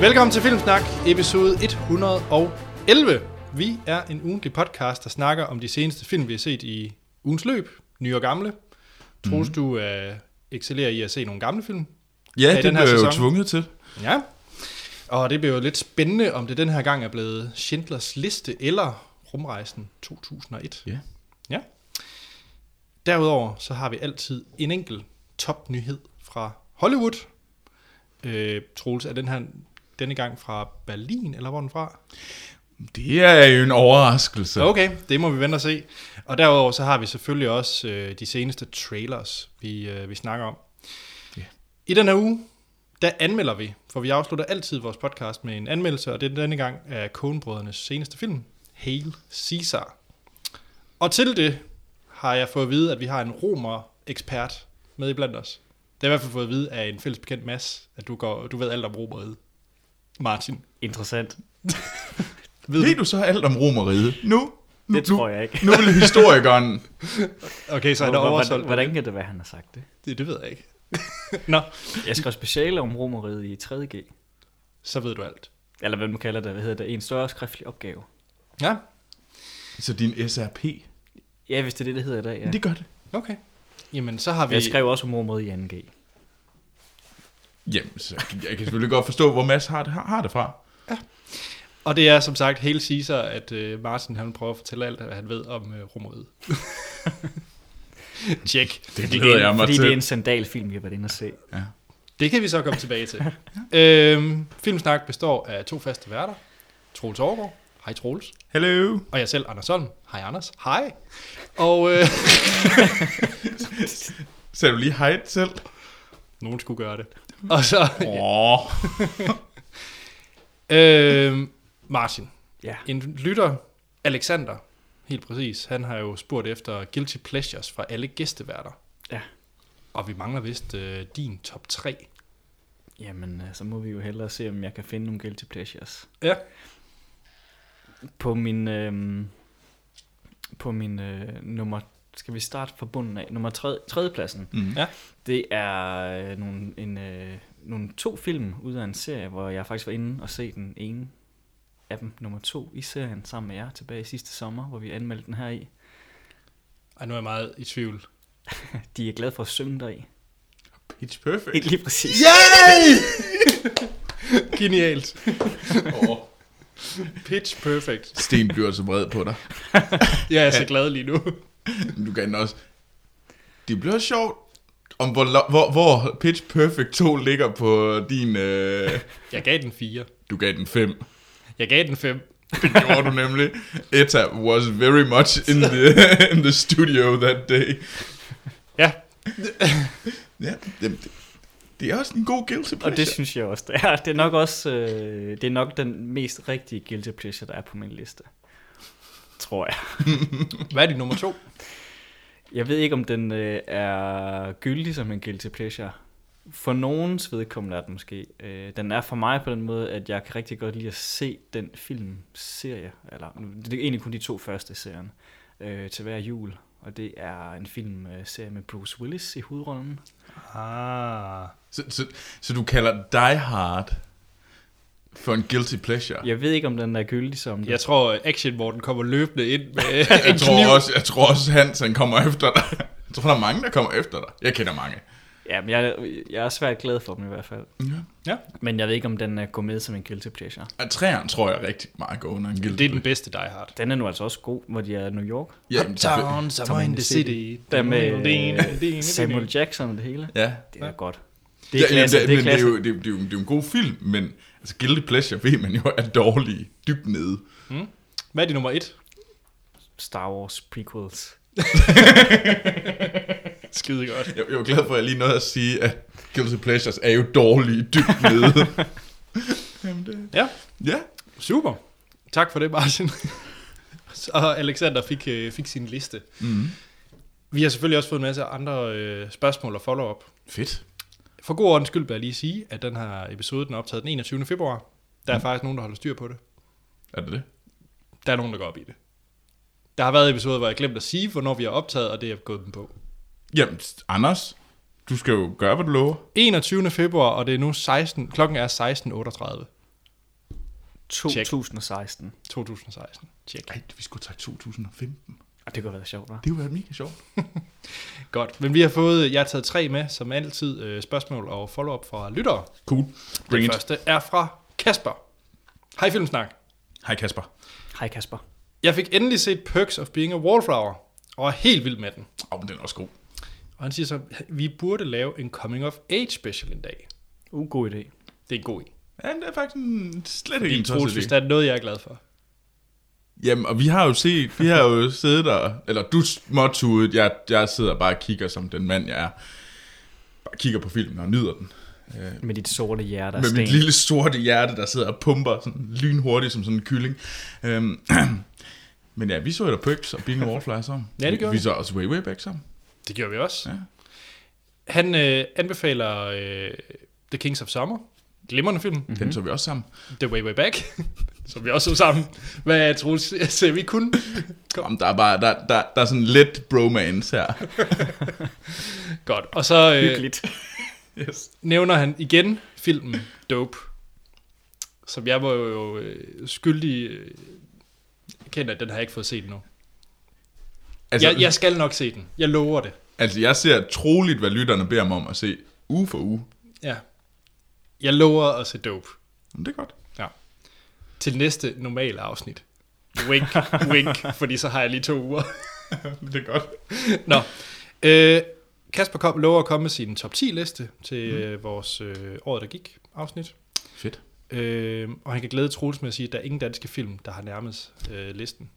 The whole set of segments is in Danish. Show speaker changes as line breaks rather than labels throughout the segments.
Velkommen til Filmsnak, episode 111. Vi er en ugentlig podcast, der snakker om de seneste film, vi har set i ugens løb, nye og gamle. Troels, mm. du øh, excellerer i at se nogle gamle film.
Ja,
i
det
den her
blev jeg jo
sæson.
tvunget til.
Ja. Og det bliver jo lidt spændende, om det den her gang er blevet Schindlers Liste eller Rumrejsen 2001.
Ja.
Ja. Derudover så har vi altid en enkelt topnyhed fra Hollywood. Øh, Troels, er den her denne gang fra Berlin, eller hvor er den fra?
Det er jo en overraskelse.
Okay, det må vi vente og se. Og derudover så har vi selvfølgelig også øh, de seneste trailers, vi, øh, vi snakker om.
Ja.
I den her uge, der anmelder vi, for vi afslutter altid vores podcast med en anmeldelse, og det er denne gang af Kohnbrødrenes seneste film, Hail Caesar. Og til det har jeg fået at vide, at vi har en romer-ekspert med i blandt os. Det har jeg i hvert fald fået at vide af en fælles bekendt Mads, at du, går, du ved alt om romeriet. Martin,
Interessant.
ved
Ved
du?
du så alt om romeriet? Nu? nu
Det tror jeg ikke.
Nu, nu vil historikeren...
Okay, så er der
Hvordan-
oversolgt.
Hvordan kan det være, han har sagt det?
Det, det ved jeg ikke. Nå,
Jeg skrev speciale om romeriet i 3.G.
så ved du alt.
Eller hvad man kalder det, hvad hedder det? En større skriftlig opgave.
Ja,
Så din SRP.
Ja, hvis det er det, det hedder i dag, ja.
Det gør det.
okay. Jamen, så har vi...
Jeg skrev også om romeriet i 2G.
Jamen, så jeg kan selvfølgelig godt forstå, hvor Mads har det, har, har det fra.
Og det er som sagt hele Caesar, at øh, Martin han prøver at fortælle alt, hvad han ved om øh, romeriet. Tjek.
Det
Fordi
glæder
det er,
jeg
en-
mig
fordi
til.
det er en sandalfilm, vi har været inde og se.
Det kan vi så komme tilbage til. øhm, Filmsnak består af to faste værter. Troels Overgaard. Hej Troels.
Hello.
Og jeg selv, Anders Holm. Hej Anders. Hej. Og øh,
Sagde du lige hej selv?
nogen skulle gøre det. Og så
Åh.
øh, Martin.
Ja.
En lytter, Alexander, helt præcis, han har jo spurgt efter guilty pleasures fra alle gæsteværter.
Ja.
Og vi mangler vist øh, din top 3.
Jamen, øh, så må vi jo hellere se, om jeg kan finde nogle guilty pleasures.
Ja.
På min... Øhm, på min øh, nummer... Skal vi starte fra bunden af? Nummer tredje, tredjepladsen.
Mm.
Det er øh, nogle, en, øh, nogle to film ud af en serie, hvor jeg faktisk var inde og se den ene af dem, nummer to, i serien sammen med jer tilbage i sidste sommer, hvor vi anmeldte den her i.
Ej, nu er jeg meget i tvivl.
De er glade for at synge deri.
Pitch perfect.
Helt lige præcis.
Yay!
Genialt.
Åh.
Pitch perfect.
Sten bliver så vred på dig.
Jeg er så glad lige nu.
Du kan den også. Det bliver sjovt. Om hvor, lo- hvor, hvor Pitch Perfect 2 ligger på din... Øh...
Jeg gav den 4.
Du gav den 5.
Jeg gav den 5.
Det gjorde du nemlig. Etta was very much in the, in the studio that day.
Ja,
Ja, det, det, det er også en god guilty
Og
pleasure.
det synes jeg også, det er. Det er nok også øh, det er nok den mest rigtige guilty pleasure, der er på min liste. Tror jeg.
hvad er din nummer 2?
Jeg ved ikke, om den øh, er gyldig som en guilty pleasure. For nogens vedkommende er den måske. Øh, den er for mig på den måde, at jeg kan rigtig godt lide at se den filmserie. Eller, nu- det er egentlig kun de to første i serien øh, til hver jul. Og det er en filmserie med Bruce Willis i hovedrollen.
Ah.
Så, så, så du kalder Die Hard for en guilty pleasure?
Jeg ved ikke, om den er gyldig som det.
Jeg tror, at Action Morten kommer løbende ind med en
jeg,
kniv.
tror også, jeg tror også, Hans han kommer efter dig. Jeg tror, der er mange, der kommer efter dig. Jeg kender mange.
Ja, men jeg, jeg er svært glad for dem i hvert fald.
Ja.
Men jeg ved ikke, om den er gået med som en guilty pleasure.
Og træeren tror jeg rigtig meget går under en guilty
Det er den bedste Die Hard.
Den er nu altså også god, hvor de er i New York.
pleasure. Jamen, selvfølgelig.
summer in the city.
Der med øh, Samuel Jackson og det hele.
Ja.
Det er
Ja.
godt.
Det er, ja, jamen,
klasse,
det, det, er men det, er
klasse.
jo, det, er, det, er jo, det er jo en god film, men altså, guilty pleasure ved man jo er dårlige dybt nede.
Hvad er din nummer 1?
Star Wars prequels.
Skide godt.
Jeg, jeg var glad for, at jeg lige nåede at sige, at guilty pleasures er jo dårlige dybt nede. Jamen, det...
Ja.
Ja.
Super. Tak for det, Martin. og Alexander fik, øh, fik sin liste.
Mm.
Vi har selvfølgelig også fået en masse andre øh, spørgsmål og follow-up.
Fedt.
For god ordens skyld vil jeg lige sige, at den her episode den er optaget den 21. februar. Der er faktisk nogen, der holder styr på det.
Er det det?
Der er nogen, der går op i det. Der har været episoder, hvor jeg glemte at sige, hvornår vi har optaget, og det er jeg gået dem på.
Jamen, s- Anders, du skal jo gøre, hvad du lover.
21. februar, og det er nu 16, klokken er 16.38. Check.
2016.
2016. Tjek.
Ej, vi skulle tage 2015.
Og det kunne have været sjovt, hva'?
Det var mega sjovt.
Godt. Men vi har fået, jeg har taget tre med, som altid, øh, spørgsmål og follow-up fra lyttere.
Cool. Bring
det
it.
første er fra Kasper. Hej Filmsnak.
Hej Kasper.
Hej Kasper.
Jeg fik endelig set Perks of Being a Wallflower, og er helt vild med den.
Åh, oh, men den er også god.
Og han siger så, vi burde lave en coming of age special en dag.
Uh, god idé.
Det er en god idé.
Ja, det er faktisk en slet ikke
Det er
en tosset
troligt,
idé.
hvis der er noget, jeg er glad for.
Jamen, og vi har jo set, vi har jo siddet der, eller du småtudet, jeg, jeg sidder bare og kigger som den mand, jeg er. Bare kigger på filmen og nyder den.
Med dit sorte hjerte af
Med
sten.
mit lille sorte hjerte, der sidder og pumper sådan lynhurtigt som sådan en kylling. Øhm, men ja, vi så jo da Perks og Being a Wallfly sammen.
Ja, det gjorde
vi.
vi.
Vi så også Way Way Back sammen.
Det gjorde vi også.
Ja.
Han øh, anbefaler øh, The Kings of Summer. Glimrende film.
Mm-hmm. Den så vi også sammen.
The Way Way Back. som vi også så sammen. Hvad tror du, ser vi kun?
Jamen, der er bare, der, der, der er sådan lidt bromance her.
Godt. Og så øh,
Hyggeligt.
Yes.
nævner han igen filmen Dope. Som jeg var jo øh, skyldig... Øh, kendt, at den har jeg ikke fået set nu.
Altså,
Jeg, jeg skal nok se den. Jeg lover det.
altså, jeg ser troligt, hvad lytterne beder mig om at se uge for uge.
Ja. Jeg lover at se Dope.
Men det er godt.
til næste normale afsnit. Wink, wink, fordi så har jeg lige to uger.
det er godt.
Nå. Øh, Kasper kom, lover at komme med sin top 10 liste til mm. øh, vores øh, året, der gik afsnit.
Fedt.
Øh, og han kan glæde Troels med at sige, at der er ingen danske film, der har nærmest øh, listen.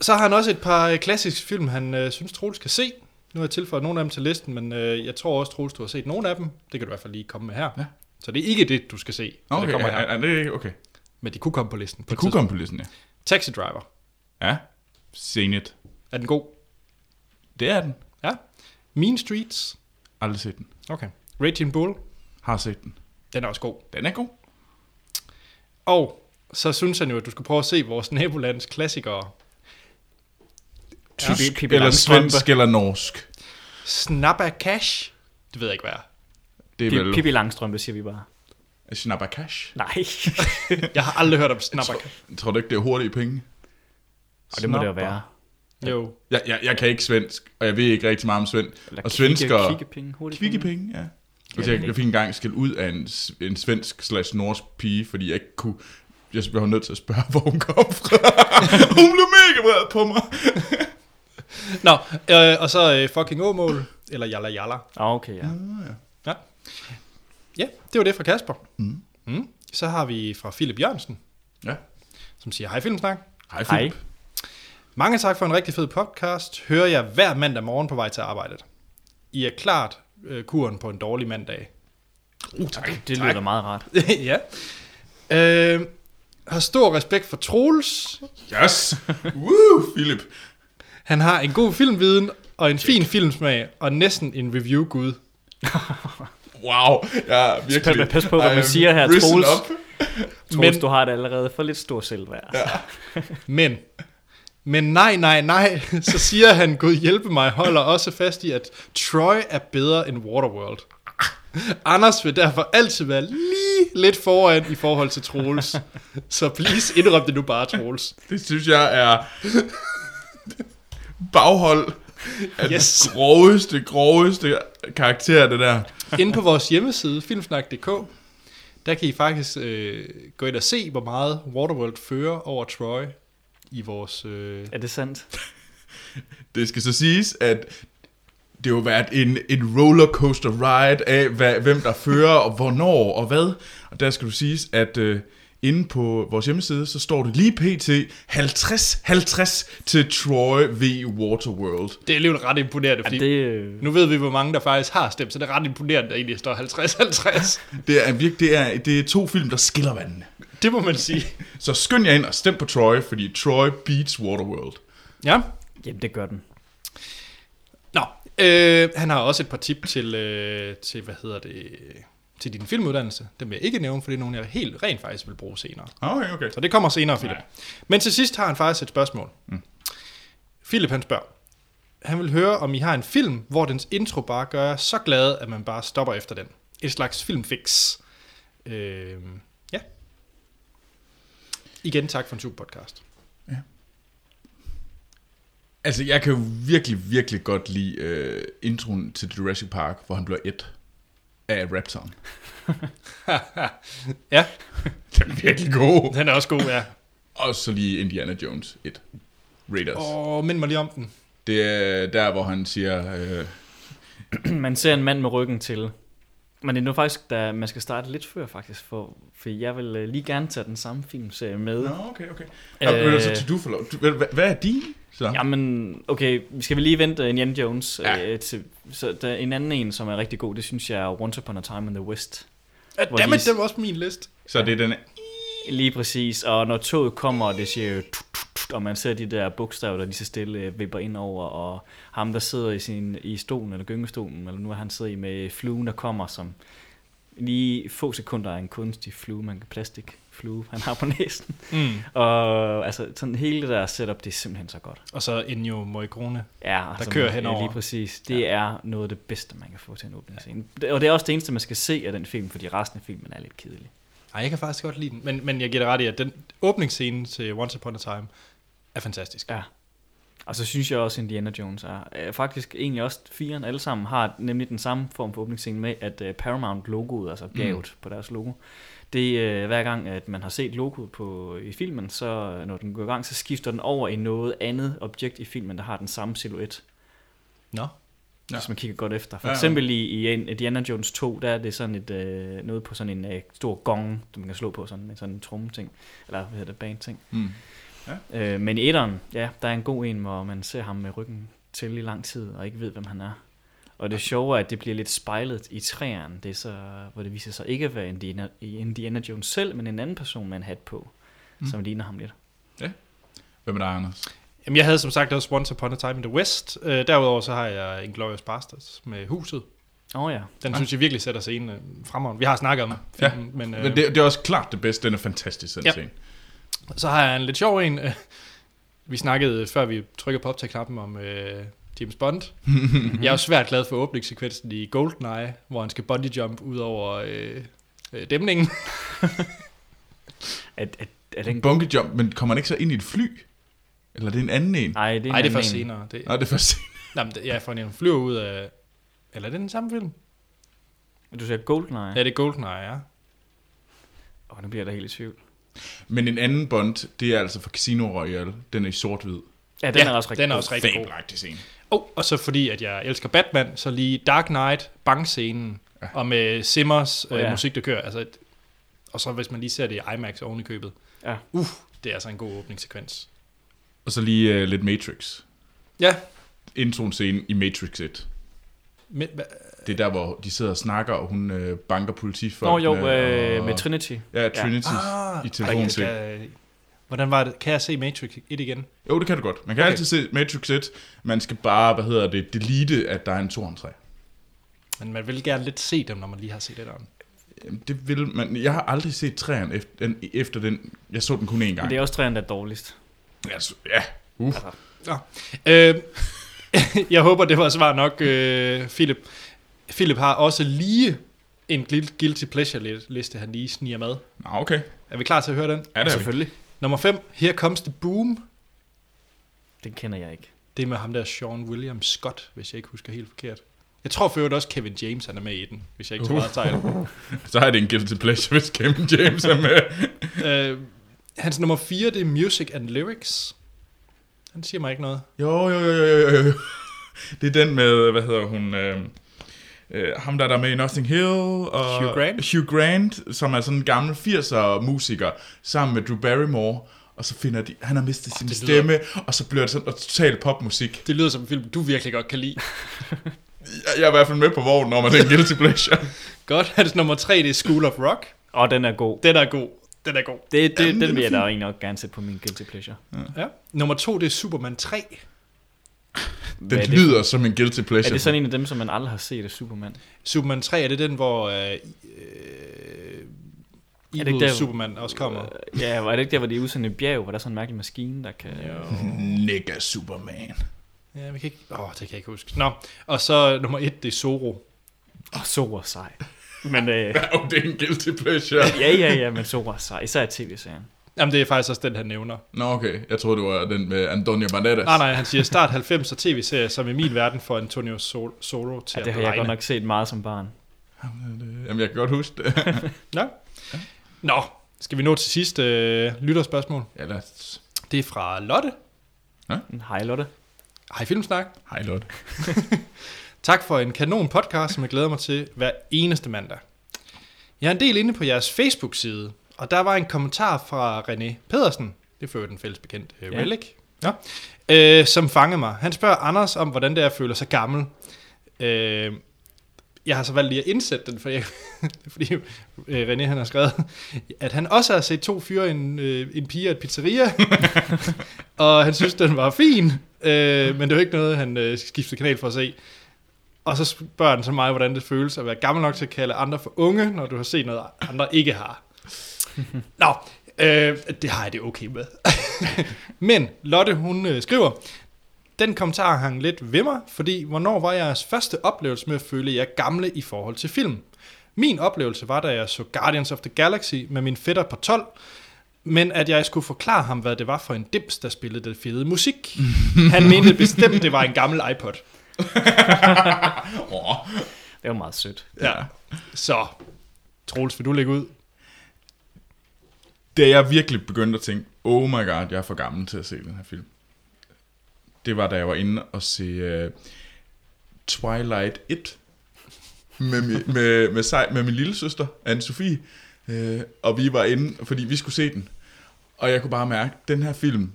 Så har han også et par øh, klassiske film, han øh, synes, Troels skal se. Nu har jeg tilføjet nogle af dem til listen, men øh, jeg tror også, Troels, du har set nogle af dem. Det kan du i hvert fald lige komme med her.
Ja.
Så det er ikke det, du skal se, når
Okay,
det kommer her.
er, er det ikke okay?
Men de kunne komme på listen. På
Det
et
kunne
tidspunkt.
komme på listen, ja.
Taxi Driver.
Ja, Zenit.
Er den god?
Det er den.
Ja. Mean Streets.
Aldrig set den.
Okay. Raging Bull.
Har set den.
Den er også god.
Den er god.
Og så synes han jo, at du skal prøve at se vores nabolands klassikere.
Tysk
Tysk
Pippi
eller
Langstrømpe.
svensk eller norsk.
Snapper Cash. Det ved jeg ikke, hvad er.
Det er
Pi-
vel...
Pippi Langstrømpe, siger vi bare.
Snapper cash.
Nej.
Jeg har aldrig hørt om Snapper Cash.
Tror du ikke, det er hurtige penge?
Og det må det jo
Snapper.
være.
Jo.
Jeg, jeg, jeg kan ikke svensk, og jeg ved ikke rigtig meget om svensk.
Eller
Og svenskere-
Kvikke, penge, hurtigt.
Kvikke penge, ja. Altså,
Ja,
jeg,
men
jeg fik engang skæld ud af en, s- en svensk slash norsk pige, fordi jeg ikke kunne... Jeg var nødt til at spørge, hvor hun kom fra. hun blev mega vred på mig.
Nå, øh, og så øh, fucking Åmål. Eller Jalla Jalla.
Ah, okay, ja.
Ja, det var det fra Kasper.
Mm.
Mm. Så har vi fra Philip Jørgensen,
Ja.
som siger, hej Filmsnak.
Hej,
Hej.
Philip.
Mange tak for en rigtig fed podcast. Hører jeg hver mandag morgen på vej til arbejdet. I er klart øh, kuren på en dårlig mandag.
Uh, tak.
Det lyder da meget rart.
ja. Øh, har stor respekt for Troels.
Yes! Woo, Philip.
Han har en god filmviden og en fin filmsmag og næsten en review-gud.
Wow, ja, virkelig.
Pas- pas på, hvad
I
man
am
siger her,
risen
Troels.
up.
Troels,
Men-
du har det allerede for lidt stor selvværd. Ja.
Men, men nej, nej, nej, så siger han, Gud hjælpe mig, holder også fast i, at Troy er bedre end Waterworld. Anders vil derfor altid være lige lidt foran i forhold til Troels. Så please indrøm det nu bare, Troels.
Det synes jeg er baghold af
Yes.
yes. den groveste, groveste karakter, det der.
Inde på vores hjemmeside, filmsnak.dk, der kan I faktisk øh, gå ind og se, hvor meget Waterworld fører over Troy i vores... Øh,
Er det sandt?
Det skal så siges, at det har jo været en, en rollercoaster ride af, hvad, hvem der fører, og hvornår, og hvad. Og der skal du siges, at øh, inde på vores hjemmeside, så står det lige pt. 50-50 til Troy v. Waterworld.
det er alligevel ret imponerende,
Er
fordi
det... øh,
nu ved vi, hvor mange der faktisk har stemt, så det er ret imponerende, at der egentlig står 50-50.
Det er, virkelig, det, er, det er to film, der skiller vandene.
Det må man sige.
Så skynd jer ind og stem på Troy, fordi Troy beats Waterworld.
Ja.
Jamen, det gør den.
Nå, øh, han har også et par tip til, øh, til hvad hedder det, til din filmuddannelse. Dem vil jeg ikke nævne, for det er nogle, jeg helt rent faktisk vil bruge senere.
Ah, Okay, okay.
Så det kommer senere, Philip.
Nej.
Men til sidst har han faktisk et spørgsmål. Mm. Philip han spørger, han vil høre, om I har en film, hvor dens intro bare gør jer så glad, at man bare stopper efter den. Et slags filmfix. Øh, ja, Igen tak for en super podcast.
Altså, jeg kan jo virkelig, virkelig godt lide øh, introen til Jurassic Park, hvor han bliver et af raptoren.
Ja,
Den er virkelig god.
den er også god, ja.
Og så lige Indiana Jones 1. Raiders. Oh.
Åh, mind mig lige om den.
Det er der, hvor han siger... Øh,
Man ser en mand med ryggen til. Men det er nu faktisk, da man skal starte lidt før faktisk, for, for jeg vil øh, lige gerne tage den samme filmserie med.
Nå, okay, okay. Øh,
Øh,
så to do for lov. Du- hvad- hvad- Hvad er de? Så?
Jamen, okay, skal vi lige vente øh, Indiana Jones
Ja.
ja. øh, til, så der er en anden en, som er rigtig god, det synes jeg er Once Upon a Time in the West.
Ja,
Hvor
dammit,
de-
den var også på min liste.
Så det er den...
Lige præcis, og når toget kommer, og det siger jo tut, tut, tut, og man ser de der bogstaver, der lige så stille øh, vipper ind over, og ham, der sidder i, sin, i stolen, eller gyngestolen, eller nu er han sidder i med fluen, der kommer, som lige få sekunder er en kunstig flue, man kan plastik flue, han har på næsen.
Mm.
Og altså, sådan hele det der setup, det er simpelthen så godt.
Og så Ennio Morricone.
Ja, altså,
kører
ja,
henover.
Lige præcis. Det ja. er noget af det bedste, man kan få til en åbningsscene. Og det er også det eneste, man skal se af den film, fordi resten af filmen er lidt kedelig.
Ej, jeg kan faktisk godt lide den. Men, men jeg giver dig ret i, at den åbningsscene til Once Upon a Time er fantastisk.
Ja. Og så synes jeg også, Indiana Jones er. Øh, faktisk egentlig også firen alle sammen har nemlig den samme form for åbningsscene med, at øh, Paramount-logoet, altså gavet mm. på deres logo, det øh, hver gang, at man har set logoet på, i filmen, så øh, når den går i gang, så skifter den over i noget andet objekt i filmen, der har den samme silhuet.
Nå.
Ja.
ja. hvis man kigger godt efter. For
Ja, ja.
eksempel i, i Indiana Jones 2, der er det sådan et, øh, noget på sådan en øh, stor gong, som man kan slå på sådan, med sådan en trummeting, eller hvad hedder det, baneting.
Mm.
Øh, men i etteren, ja, der er en god en, hvor man ser ham med ryggen til i lang tid, og ikke ved, hvem han er. Og det sjove er, at det bliver lidt spejlet i træerne, det er så, hvor det viser sig ikke at være Indiana, Indiana Jones selv, men en anden person med en hat på, mm. som ligner ham lidt.
Hvem er der, Anders?
Jamen, jeg havde som sagt også Once Upon a Time in the West. Øh, derudover så har jeg Inglourious Bastards med huset.
Åh oh, ja,
Den
Ja.
ja. synes jeg virkelig sætter scenen øh, fremragende. Vi har snakket om
Ja.
filmen, ja. men, øh,
Men det, det er også klart det bedste. Den er fantastisk, den
Ja.
scene.
så har jeg en lidt sjov en. Øh, Vi snakkede, før vi trykkede på optag-knappen, om øh, James Bond. jeg er jo svært glad for åbningssekvensen i GoldenEye, hvor han skal bungee jump ud over øh, øh, dæmningen.
at, at, at den...
Bungee jump, men kommer han ikke så ind i et fly? Eller er det en anden en?
Nej, det er, en
Nej, det er
anden
først
en.
senere. Det,
Nej, det er først.
nej, men det, ja, for han flyver ud af... Eller er det den samme film?
Du siger Goldeneye?
Ja, det er GoldenEye, ja.
Åh, oh, nu bliver jeg da helt i tvivl.
Men en anden bond, det er altså fra Casino Royale. Den er i sort-hvid.
Ja, den
Ja,
er også rigtig
den er
god.
også rigtig god.
Fabelagtig scene.
Oh, og så fordi, at jeg elsker Batman, så lige Dark Knight, bankscenen, ja. og med Simmers øh,
Ja.
ja. musik, der kører. Altså, et- og så hvis man lige ser det i IMAX oven i købet.
Ja.
Uh, det er altså en god åbningssekvens.
Og så lige uh, lidt Matrix.
Ja,
Introen scene i Matrix 1.
men, hva,
Det er der, hvor de sidder og snakker, og hun øh, banker politifolk.
Nå jo, øh, med Trinity.
Ja, Trinity
Ah,
i
ej,
telefonen.
jeg skal, hvordan var det? Kan jeg se Matrix 1 igen?
Jo, det kan du godt. Man kan okay.
Okay.
altid se Matrix 1. Man skal bare, hvad hedder det, delete, at der er en 2 og en 3.
Men man vil gerne lidt se dem, når man lige har set det der.
Jamen, det vil man. Jeg har aldrig set 3'eren efter den. Efter den. Jeg så den kun én
Men
gang.
det er også træerne, der er dårligst.
Altså, ja. Uh.
Øh, jeg håber, det var svar nok, øh, Philip. Philip har også lige en guil- guilty pleasure-liste, han lige sniger med.
Nå, okay.
Er vi klar til at høre den? Altså,
Ja, det er vi.
Selvfølgelig.
Nummer 5, Here Comes the Boom.
Den kender jeg ikke.
Det er med ham der Sean William Scott, hvis jeg ikke husker helt forkert. Jeg tror for øvrigt også Kevin James, han er med i den, hvis jeg ikke tager
Uh.
meget fejl.
Så er det en guilty pleasure, hvis Kevin James er med.
øh, hans nummer 4, det er Music and Lyrics. Han siger mig ikke noget.
Jo, jo, jo, jo, jo, jo, jo. Det er den med, hvad hedder hun, øh, øh, ham der, der er med i Notting Hill, og
Hugh Grant.
Hugh Grant, som er sådan en gammel 80'er musiker, sammen med Drew Barrymore, og så finder de, han har mistet oh, sin
det
stemme, og så bliver det sådan noget total popmusik.
Det lyder som en film, du virkelig godt kan lide.
Jeg, jeg er i hvert fald med på vognen om, at det er en guilty pleasure.
Godt, hans nummer 3, det er School of Rock.
Og den er god.
Den er god. Den er god.
Det, det,
Jamen,
Jamen,
den
den
er
vil jeg
fin.
da egentlig nok gerne sætte på min guilty pleasure.
Ja. Nummer 2, det er Superman 3.
Den
er det?
lyder som en guilty pleasure.
Er det sådan en af dem, som man aldrig har set af Superman?
Superman 3, er det den, hvor... Øh, øh,
ikke
Evil
der, hvor-
Superman også kommer?
Øh, Ja, var det ikke der, hvor de er ude sådan et bjerg, hvor der er sådan en mærkelig maskine, der kan... Jo.
Nigga Superman.
Ja, vi kan ikke... Åh, oh, det kan jeg ikke huske. Nå, og så nummer 1, det er Zoro.
Og Sora er sej. Men øh,
Ja, oh, det er en guilty pleasure.
ja, ja, ja, men Sora er sej. Især i tv-serien.
Jamen, det er faktisk også den, han nævner. Ah,
Nå, okay. Jeg troede, det var den med Antonio Banderas.
Nej, nej, han siger start 90'er tv-serie, som i min verden får Antonio Sol- Soro til
Ja, det
at
har jeg
regne.
godt nok set meget som barn.
Jamen, jeg kan godt huske det.
Nå, skal vi nå til sidste øh, lytterspørgsmål?
ja, lad os...
Det er fra Lotte.
En Hej Lotte.
Hej Filmsnak.
Hej, Lotte.
Tak for en kanon podcast, som jeg glæder mig til hver eneste mandag. Jeg er en del inde på jeres Facebook-side, og der var en kommentar fra René Pedersen, det fører den fælles bekendt øh,
Ja.
Relic, ja. øh, som fangede mig. Han spørger Anders om, hvordan det er at føle sig gammel. Øh, jeg har så valgt lige at indsætte den, for jeg, fordi øh, René han har skrevet, at han også har set to fyre, en, øh, en pige og et pizzeria, og han synes, den var fin, øh, men det var ikke noget, han øh, skiftede kanal for at se. Og så spørger han så mig, hvordan det føles at være gammel nok til at kalde andre for unge, når du har set noget, andre ikke har. Nå, øh, det har jeg det okay med. Men Lotte, hun øh, skriver, den kommentar hang lidt ved mig, fordi hvornår var jeres første oplevelse med at føle jer gamle i forhold til film? Min oplevelse var, da jeg så Guardians of the Galaxy med min fætter på 12, men at jeg skulle forklare ham, hvad det var for en dims, der spillede det fede musik. Han mente bestemt, det var en gammel iPod.
Åh,
Det var meget sødt.
Ja. Så, Troels, vil du lægge ud?
Da jeg virkelig begyndte at tænke, oh my god, jeg er for gammel til at se den her film. Det var, da jeg var inde og se uh, Twilight 1 med, mi- med, med, sej, med min lille søster, Anne-Sophie. Uh, og vi var inde, fordi vi skulle se den. Og jeg kunne bare mærke, at den her film,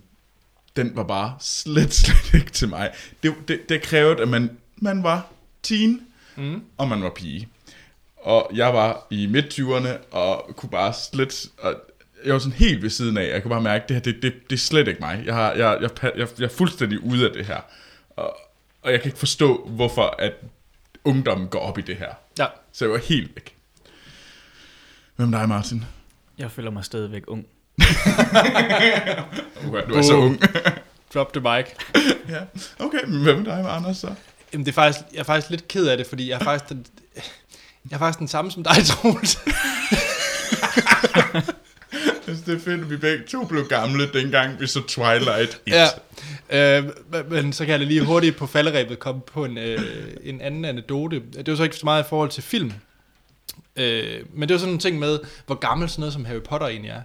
den var bare slet, slet ikke til mig. Det, det, det krævede, at man, man var teen,
Mm.
og man var pige. Og jeg var i midt-20'erne, og kunne bare slet... Og jeg var sådan helt ved siden af. Jeg kunne bare mærke, at det her, det, det, det er slet ikke mig. Jeg, har, jeg, jeg, pa- jeg, jeg er fuldstændig ude af det her. Og, og jeg kan ikke forstå, hvorfor at ungdommen går op i det her.
Ja.
Så jeg var helt væk. Hvem er dig, Martin?
Jeg føler mig stadigvæk ung.
Okay, du er så
Boom.
ung.
Drop the mic.
ja. Okay, men hvem er dig, Anders, så?
Jamen, det er faktisk, jeg er faktisk lidt ked af det, fordi jeg er faktisk den, jeg er faktisk den samme som dig, Troels.
Jeg synes, Altså, det er fedt, at vi begge to blev gamle, dengang vi så Twilight 1.
ja. Øh, men- men så kan jeg lige hurtigt på falderæbet komme på en, øh, en anden anekdote. Det var så ikke så meget i forhold til film. Øh, men det var sådan en ting med, hvor gammel sådan noget som Harry Potter egentlig er.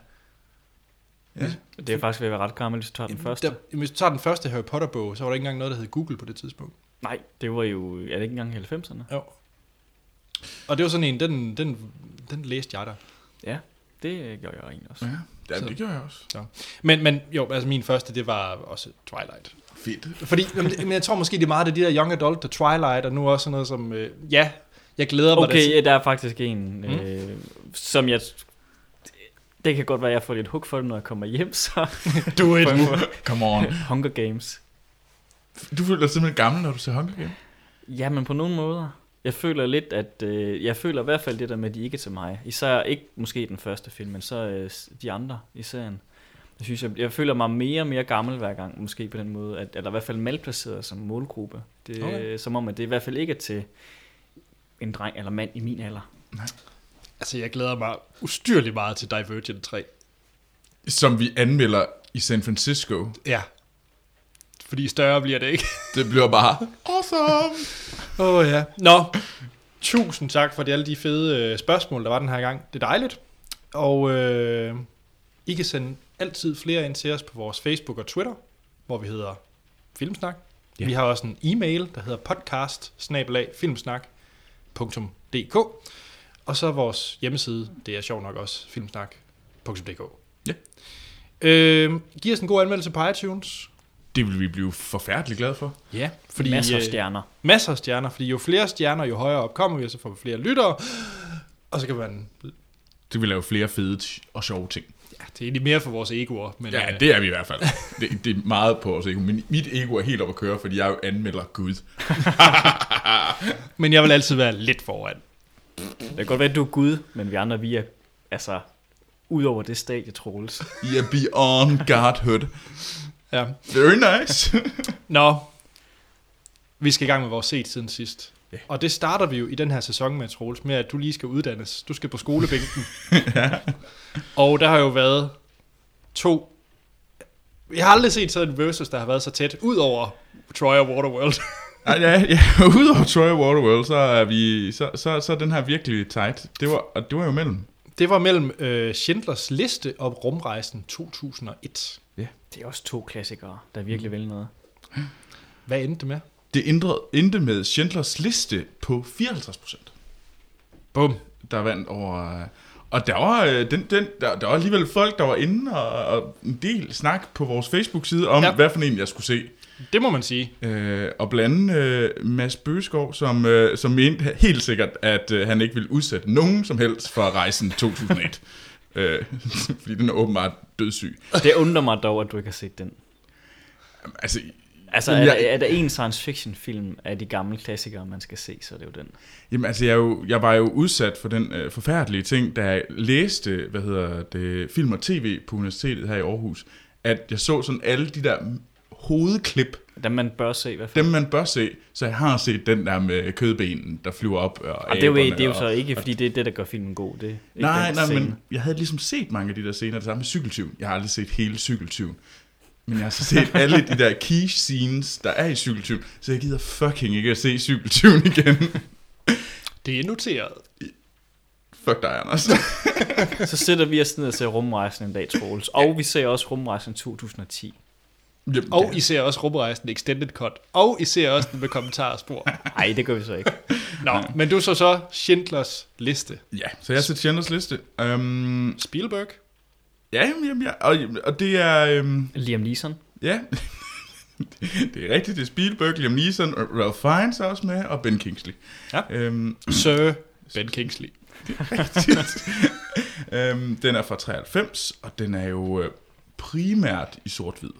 ja.
Det er faktisk ved at være ret gammel, hvis du tager den første.
Der, hvis du tager den første Harry Potter-bog, så var der ikke engang noget, der hed Google på det tidspunkt.
Nej, det var jo... Er det ikke engang 90'erne?
Jo. Og det var sådan en, den, den, den læste jeg der.
Ja, det gjorde jeg egentlig også.
Ja, Jamen, det gjorde jeg også.
Men, men jo, altså min første, det var også Twilight.
Fedt.
Fordi, jamen, det- men jeg tror måske, det er meget af de der young adult, der Twilight, og nu også sådan noget som, øh, ja, jeg glæder mig
Okay,
da.
ja, der er faktisk en, mm. øh, som jeg... Det kan godt være, at jeg får lidt hug for det, når jeg kommer hjem, så...
Do it.
Come on.
Hunger Games.
Du føler dig simpelthen gammel, når du ser Hunger Games.
Ja, men på nogle måder. Jeg føler lidt, at... Øh, jeg føler i hvert fald det der med, at de ikke er til mig. Især ikke måske den første film, men så øh, s- de andre i serien. Jeg synes, jeg, jeg føler mig mere og mere gammel hver gang, måske på den måde. At, eller i hvert fald malplaceret som målgruppe. Det,
Okay.
okay. Som om, at det i hvert fald ikke er til en dreng eller mand i min alder.
Altså, jeg glæder mig ustyrligt meget til Divergent 3.
Som vi anmelder i San Francisco.
Ja. Fordi større bliver det ikke.
Det bliver bare awesome.
Åh oh, ja. Nå, tusind tak for de, alle de fede øh, spørgsmål, der var den her gang. Det er dejligt. Og øh, I kan sende altid flere ind til os på vores Facebook og Twitter, hvor vi hedder Filmsnak.
Ja.
Yeah. Vi har også en e-mail, der hedder podcast filmsnak.dk Og så vores hjemmeside, det er sjovt nok også, filmsnak.dk
Ja.
Øh, giv os en god anmeldelse på iTunes.
Det vil vi blive forfærdeligt glade for.
Ja,
Fordi, Masser af
øh,
stjerner.
masser af stjerner, fordi jo flere stjerner, jo højere op kommer vi, og så får vi flere lyttere, og så kan man...
Det vil lave flere fede t- og sjove ting.
Ja, det er egentlig mere for vores egoer, men...
Ja,
øh,
det er vi i hvert fald. Det, det er meget på os ego. Men mit ego er helt oppe at køre, fordi jeg jo anmelder Gud.
Men jeg vil altid være lidt foran.
Det kan godt være, at du er Gud, men vi andre, vi er altså ud over det stadie, Troels.
I er beyond godhood.
Ja.
Very nice.
Nå, vi skal i gang med vores set siden sidst.
Ja.
Og det starter vi jo i den her sæson med, Troels, med at du lige skal uddannes. Du skal på skolebænken. ja. Og der har jo været to... Jeg har aldrig set sådan en versus, der har været så tæt, ud over Troy og Waterworld.
Ej, ja, ja, udover Troy og Waterworld, så er vi, så, så, så er den her virkelig tight. Det var, og det var jo mellem.
Det var mellem øh, Schindlers Liste og Rumrejsen 2001.
Det er også to klassikere, der virkelig vil noget.
Hvad endte det med?
Det ændrede, endte med Schindlers liste på 54 procent,
Bum.
der vandt over... øh, Og der var, øh, den, den, der, der var alligevel folk, der var inde og, og en del snak på vores Facebook-side om,
Ja.
ja. hvad for en jeg skulle se.
Det må man sige.
Øh, og blandt andet øh, Mads Bøgeskov, som, øh, som mente helt sikkert, at øh, han ikke ville udsætte nogen som helst for rejsen 2001. øh, fordi den er åbenbart dødssyg.
Det undrer mig dog, at du ikke har set den.
Altså,
Altså,
Jamen,
er,
jeg-
der, er der en science fiction film af de gamle klassikere, man skal se, så er det jo den.
jamen, altså jeg, er jo, jeg var jo udsat for den øh, forfærdelige ting, da jeg læste hvad hedder det, film og tv på universitetet her i Aarhus, at jeg så sådan alle de der hovedklip,
Den man bør se i hvert fald.
dem man bør se, så jeg har set den der med kødbenen, der flyver op. Og,
Og Ah, det, er jo,
aberne
det er jo
og-
så ikke, fordi det er det, der gør filmen god. Det er ikke
Nej,
den
nej,
scene.
men jeg havde ligesom set mange af de der scener, det samme med cykeltyven. Jeg har aldrig set hele cykeltyven. Men jeg har så set alle de der key scenes, der er i cykeltyven, så jeg gider fucking ikke at se cykeltyven igen.
Det er noteret.
Fuck dig, Anders.
Så sætter vi os ned og ser rumrejsen en dag, Troels. Og vi ser også rumrejsen 2010.
Jamen,
Og
det-
I ser også rumrejsen Extended Cut. Og I ser også den med kommentarspor.
Nej, det gør vi så ikke.
Nå, men du så så Schindlers Liste.
Ja, så jeg har set Chandlers liste. Um,
Spielberg.
ja, jamen, jamen, ja, og, og det er... Um,
Liam Neeson.
ja, det er rigtigt, det er Spielberg, Liam Neeson, og Ralph Fiennes er også med, og Ben Kingsley.
Ja.
Um,
Sir Ben Kingsley.
um, den er fra 93, og den er jo øh, primært i sort-hvid.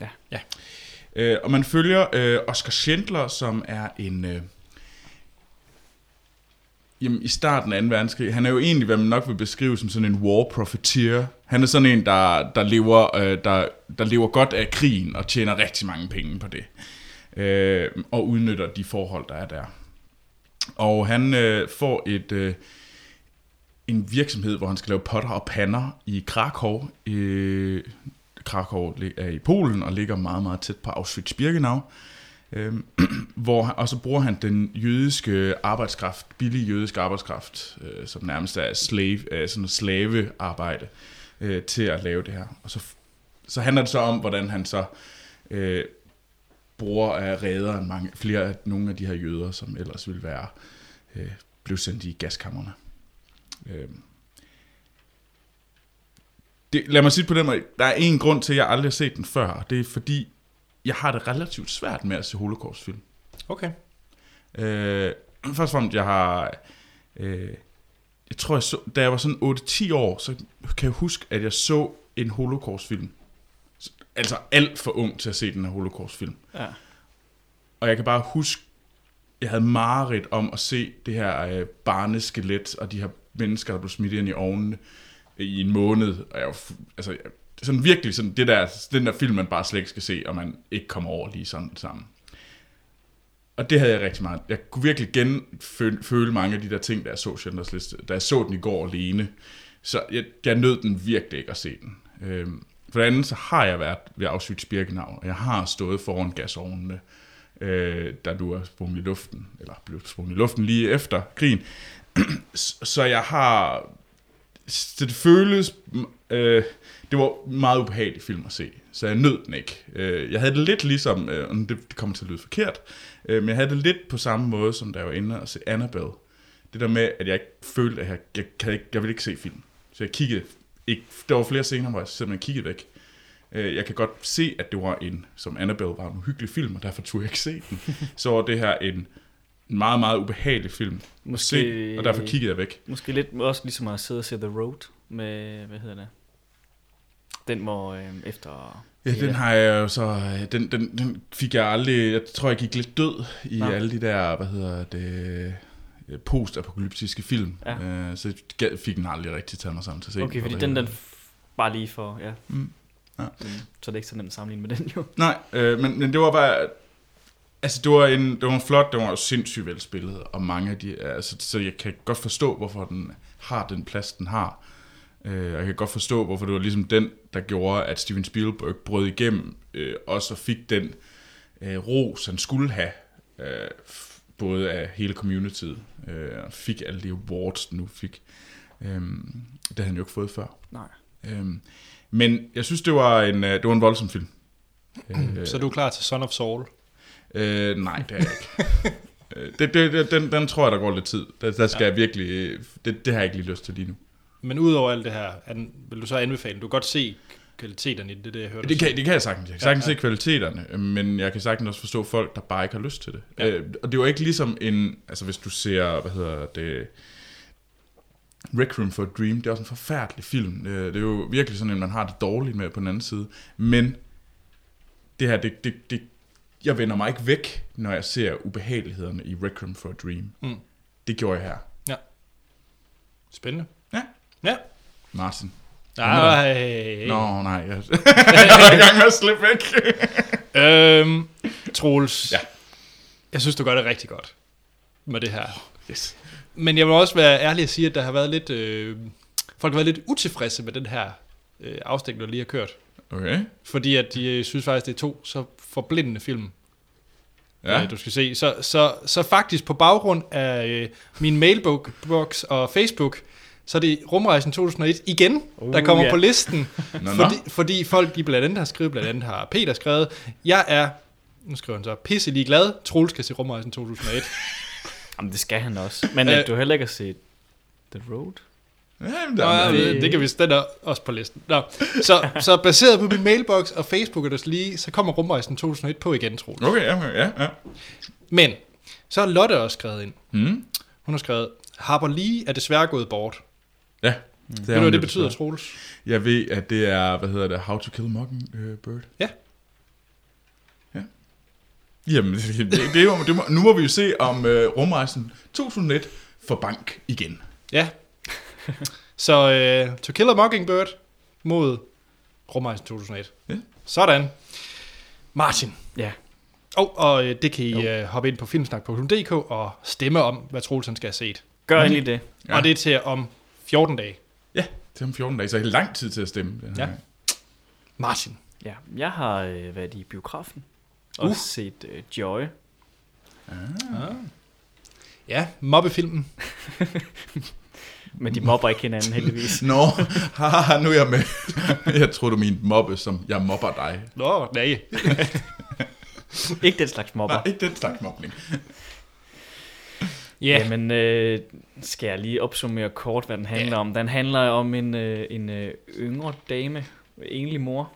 Ja.
Ja.
Øh, og man følger øh, Oscar Schindler, som er en... Øh, jamen, i starten af 2. verdenskrig. Han er jo egentlig, hvad man nok vil beskrive som sådan en war profiteer. Han er sådan en, der, der, lever, øh, der, der lever godt af krigen og tjener rigtig mange penge på det. Øh, og udnytter de forhold, der er der. Og han øh, får et... Øh, en virksomhed, hvor han skal lave potter og pander i Krakow. Øh, Krakow lig- er i Polen og ligger meget, meget tæt på Auschwitz-Birkenau. Øh, hvor, han- og så bruger han den jødiske arbejdskraft, billig jødisk arbejdskraft, øh, som nærmest er slave, øh, sådan noget slavearbejde, øh, til at lave det her. Og så, f- så handler det så om, hvordan han så øh, bruger af redder mange, flere af nogle af de her jøder, som ellers ville være øh, blev sendt i gaskammerne. Øh. Det, lad mig sige det på den måde, der er en grund til, at jeg aldrig har set den før, og det er fordi, jeg har det relativt svært med at se holocaustfilm.
Okay.
Øh, først og fremmest, jeg har... Øh, jeg tror, jeg så, da jeg var sådan 8-10 år, så kan jeg huske, at jeg så en holocaustfilm. Altså alt for ung til at se den her holocaustfilm.
Ja.
Og jeg kan bare huske, jeg havde mareridt om at se det her øh, barneskelet og de her mennesker, der blev smidt ind i ovnene i en måned. Og jeg var fu- altså, jeg- sådan virkelig sådan det der, den der film, man bare slet ikke skal se, og man ikke kommer over lige sådan sammen. Og det havde jeg rigtig meget. Jeg kunne virkelig genføle mange af de der ting, da jeg så Schindlers Liste. Da jeg så den i går alene. Så jeg, jeg nød den virkelig ikke at se den. Øhm, for det andet, så har jeg været ved Auschwitz-Birkenau, og jeg har stået foran gasovnene, øh, da du er sprunget i luften, eller blev sprunget i luften lige efter krigen. S- så jeg har... Så det føles... Øh, det var en meget ubehagelig film at se, så jeg nød den ikke. Øh, jeg havde det lidt ligesom... Øh, og det, det kommer til at lyde forkert, øh, men jeg havde det lidt på samme måde, som da jeg var inde og se Annabelle. Det der med, at jeg ikke følte, at jeg, jeg, kan ikke, jeg ville ikke se film. Så jeg kiggede ikke... Der var flere scener, hvor jeg simpelthen kiggede væk. Øh, Jeg kan godt se, at det var en, som Annabelle var en uhyggelig film, og derfor turde jeg ikke se den. Så var det her en meget, meget ubehagelig film at
Måske-
se, og derfor kiggede jeg væk.
Måske lidt også ligesom at sidde og se The Road med, hvad hedder det? Den må øh, efter...
Ja, den har jeg jo så, øh, den, den, den fik jeg aldrig, jeg tror jeg gik lidt død i
Nå.
ja. alle de der, hvad hedder det, øh, postapokalyptiske film.
Ja.
Øh, Så jeg fik den aldrig rigtig taget mig sammen til at se.
Okay, fordi
hvad
den,
hedder
den bare lige for, ja.
Mm. Ja.
Mm, Så det er ikke så nemt at sammenligne med den jo.
Nej, øh, men, men det var bare... Altså, det var, en, det var en flot, det var sindssygt velspillet, og mange af de... Altså, så jeg kan godt forstå, hvorfor den har den plads, den har. Øh, og jeg kan godt forstå, hvorfor det var ligesom den, der gjorde, at Steven Spielberg brød igennem, øh, og så fik den øh, ros, han skulle have, øh, f- både af hele communityet, øh, og fik alle de awards, den nu fik. Øh, det havde han jo ikke fået før.
Nej.
Øh, men jeg synes, det var en, øh, det var en voldsom film. Øh,
Så er du klar til Son of Saul.
Øh, nej, det er jeg ikke. Øh, det, det, det, den, den tror jeg, der går lidt tid. Der, der skal ja. jeg virkelig... øh, Det, det har jeg ikke lige lyst til lige nu.
Men udover alt det her, er den, vil du så anbefale den? Du kan godt se kvaliteterne i det, det er det jeg hørte.
Det kan, det kan jeg sagtens. Jeg kan sagtens ja, ja. se kvaliteterne, øh, men jeg kan sagtens også forstå folk, der bare ikke har lyst til det.
Ja.
Ja. Øh, og det var ikke ligesom en... Altså, hvis du ser, hvad hedder det... Requiem for a Dream, det er også en forfærdelig film. Øh, Det er jo virkelig sådan, at man har det dårligt med på den anden side. Men det her, det, det, det, jeg vender mig ikke væk, når jeg ser ubehagelighederne i Requiem for a Dream.
Mm.
Det gjorde jeg her.
Spændende.
Ja.
Ja.
Martin.
Nej.
Nå, nej. Jeg jeg er i gang med at slippe væk.
Øhm, Troels,
Ja.
jeg synes, du gør det rigtig godt med det her.
yes.
Men jeg vil også være ærlig og sige, at der har været lidt, øh, folk har været lidt utilfredse med den her øh, afstemning, der lige har kørt.
Okay.
Fordi at de øh, synes faktisk, det er to så forblindende film, ja.
Ja.
øh, du skal se. Så, så, så faktisk på baggrund af øh, min mailbox og Facebook, så er det Rumrejsen 2001 igen, uh, der
Uh,
kommer
ja.
på listen.
Nå, nå.
fordi, fordi folk, de blandt andet har skrevet, blandt andet har Peter skrevet, jeg er, nu skriver han så, pisse lige glad, Troels skal se Rumrejsen 2001.
Jamen, det skal han også. Men
Øh.
øh, du har heller ikke har set The Road?
Ja, men
Nå,
der,
ja,
Nå,
det, det kan vi den er også på listen. Nå. Så, så baseret på min mailbox og Facebook og deres lige, så kommer Rumrejsen 2001 på igen, Troels.
Okay, ja, okay, ja, ja.
Men, så har Lotte også skrevet ind.
Mm.
Hun har skrevet, Harper Lee er desværre gået bort.
Ja. Det er
Ved du,
hun
hvad det
lidt
betyder,
for.
Troels?
Jeg ved, at det er, hvad hedder det, How to Kill a Mockingbird.
Ja.
Ja. Jamen, det, det, det, må, det må, nu må vi jo se, om øh, rumrejsen 2001 får bank igen.
Ja. så øh, To Kill a Mockingbird mod Rumrejsen 2001.
Ja.
Sådan. Martin.
Ja.
Og, og øh, det kan I øh, hoppe ind på filmsnak.dk og stemme om, hvad Troels han skal have set.
Gør endelig det.
Ja.
Ja. Og det er til om 14 dage.
Ja, det er om 14 dage, så er lang tid til at stemme. Den her
Ja.
gang.
Martin.
Ja, jeg har øh, været i biografen og
Uh.
uh. set øh, Joy.
Ja, mobbefilmen.
Men de mobber ikke hinanden heldigvis.
Nå, haha, nu er jeg med. Jeg tror du mente mobbe, som jeg mobber dig.
Nå, nej.
ikke den slags mobber.
Nej, ikke den slags mobning.
Ja, yeah.
Jamen, øh, skal jeg lige opsummere kort, hvad den handler
Ja.
om. Den handler om en, øh, en øh, yngre dame, enlig mor,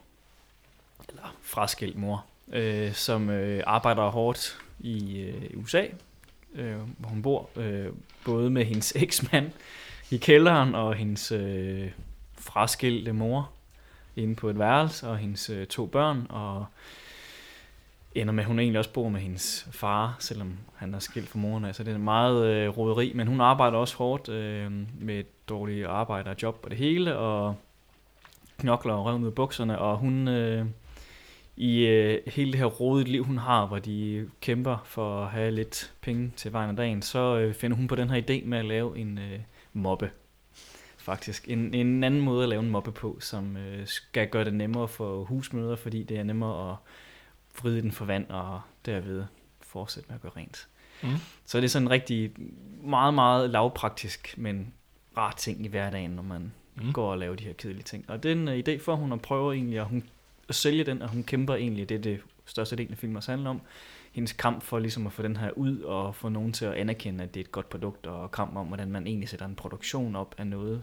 eller fraskilt mor, øh, som øh, arbejder hårdt i øh, USA, øh, hvor hun bor, øh, både med hendes eksmand i kælderen og hendes øh, fraskilte mor inde på et værelse, og hendes øh, to børn, og ender med, at hun egentlig også bor med hendes far, selvom han er skilt fra moren. Altså, det er en meget øh, roderi, men hun arbejder også hårdt øh, med et dårligt arbejde og job og det hele, og knokler og røven ud af bukserne, og hun øh, i øh, hele det her rodede liv, hun har, hvor de kæmper for at have lidt penge til vejen af dagen, så øh, finder hun på den her idé med at lave en øh, mobbe. Faktisk. En, en anden måde at lave en mobbe på, som øh, skal gøre det nemmere for husmøder, fordi det er nemmere at vride den for vand og derved fortsætte med at gøre rent.
Mm.
Mm. Så det er sådan en rigtig meget, meget lavpraktisk, men rar ting i hverdagen, når man
Mm.
mm. går og laver de her kedelige ting. Og den øh, idé får hun at prøve egentlig, og hun at sælge den, og hun kæmper egentlig, det er det største del af filmen også handler om, hendes kamp for ligesom at få den her ud, og få nogen til at anerkende, at det er et godt produkt, og kamp om, hvordan man egentlig sætter en produktion op af noget,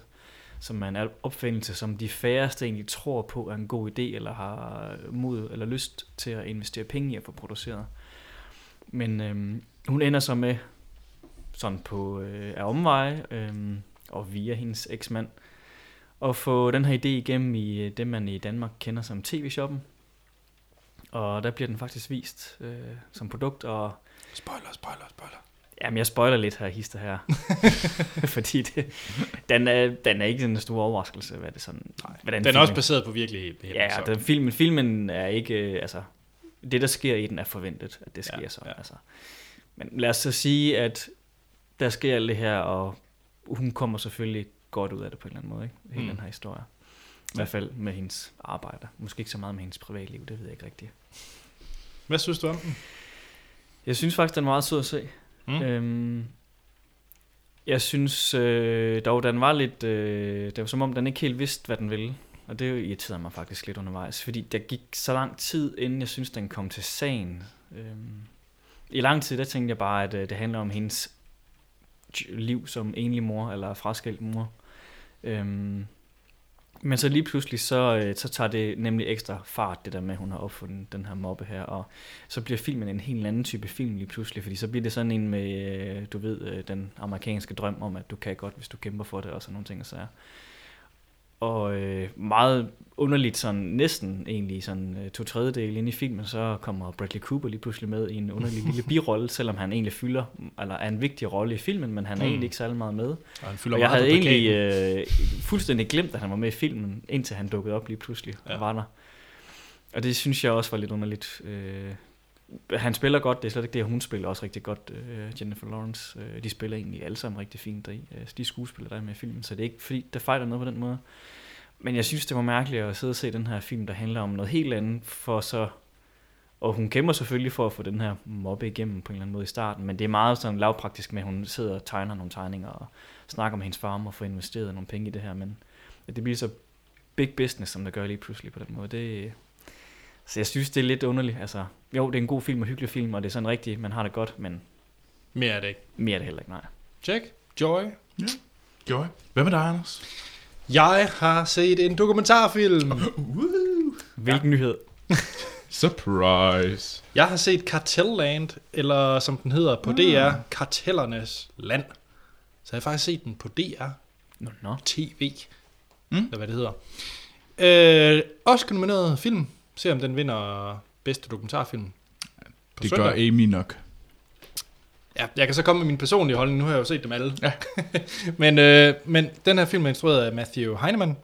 som man er en opfindelse, som de færreste egentlig tror på er en god idé, eller har mod eller lyst til at investere penge i at få produceret. Men øhm, hun ender så med, sådan på øh, af omveje, øhm, og via hendes eksmand, at få den her idé igennem i øh, det, man i Danmark kender som tv-shoppen. Og der bliver den faktisk vist øh, som produkt, og
Spoiler, spoiler, spoiler.
Jamen, jeg spoiler lidt her, hister her. Fordi det, den, er, den er ikke sådan en stor overraskelse, hvad det sådan...
Nej.
Hvordan
Den er også
filmen-
baseret på virkelige hændelser.
Ja, ja den filmen, filmen er ikke... øh, Altså, det, der sker i den, er forventet, at det
Ja,
sker så.
ja.
Altså. Men lad os så sige, at der sker alt det her, og hun kommer selvfølgelig godt ud af det på en eller anden måde, ikke? Hele
Mm.
mm. den her historie. I hvert fald med hendes arbejder. Måske ikke så meget med hendes privatliv, det ved jeg ikke rigtigt.
Hvad synes du om den?
Jeg synes faktisk, den er meget sød at se.
Mm.
Mm. Øhm, jeg synes øh, dog, den var lidt... Øh, det var som om, den ikke helt vidste, hvad den ville. Og det irriterede mig faktisk lidt undervejs, fordi der gik så lang tid, inden jeg synes, den kom til sagen. Øhm, I lang tid, der tænkte jeg bare, at øh, det handler om hendes j- liv som enlig mor, eller fraskilt mor. Øhm, men så lige pludselig, så, øh, så tager det nemlig ekstra fart, det der med, at hun har opfundet den her mobbe her, og så bliver filmen en helt anden type film lige pludselig, fordi så bliver det sådan en med, øh, du ved, øh, den amerikanske drøm om, at du kan godt, hvis du kæmper for det, og sådan nogle ting og sager. Og øh, meget underligt, sådan næsten egentlig, sådan øh, to tredjedel ind i filmen, så kommer Bradley Cooper lige pludselig med i en underlig lille birolle, selvom han egentlig fylder, eller er en vigtig rolle i filmen, men han er
Mm.
mm. egentlig ikke særlig meget med.
Og han fylder
Og jeg
meget
havde
på plakaten.
egentlig øh, fuldstændig glemt, at han var med i filmen, indtil han dukkede op lige pludselig ja.
Ja.
og var der. Og det synes jeg også var lidt underligt. Øh, han spiller godt, det er slet ikke det, hun spiller også rigtig godt, øh, Jennifer Lawrence. Øh, de spiller egentlig alle sammen rigtig fint deri, øh, de skuespillere, der er med i filmen, så det er ikke fordi, der fejler noget på den måde. Men jeg synes, det var mærkeligt at sidde og se den her film, der handler om noget helt andet, for så... Og hun kæmper selvfølgelig for at få den her mobbe igennem på en eller anden måde i starten, men det er meget sådan lavpraktisk med, at hun sidder og tegner nogle tegninger og snakker med hendes far om at få investeret nogle penge i det her, men at det bliver så big business, som det gør lige pludselig på den måde. Det, så jeg synes, det er lidt underligt. Altså, jo, det er en god film og hyggelig film, og det er sådan rigtigt, man har det godt, men øh,
Mere er det ikke.
mere er det heller ikke, nej.
Check. Joy.
Joy. Hvad med dig, Anders?
Jeg har set en dokumentarfilm.
Hvilken ja. nyhed?
Surprise.
Jeg har set Cartelland, eller som den hedder på DR, Kartellernes Land. Så jeg har faktisk set den på DR
Nå, nå.
TV, mm.
Mm.
eller hvad det hedder. Øh, også nomineret film. Se om den vinder bedste dokumentarfilm. På
Det
søndag.
gør Amy nok.
Ja, jeg kan så komme med min personlige holdning. Nu har jeg jo set dem alle.
Ja.
men, øh, men den her film er instrueret af Matthew Heinemann.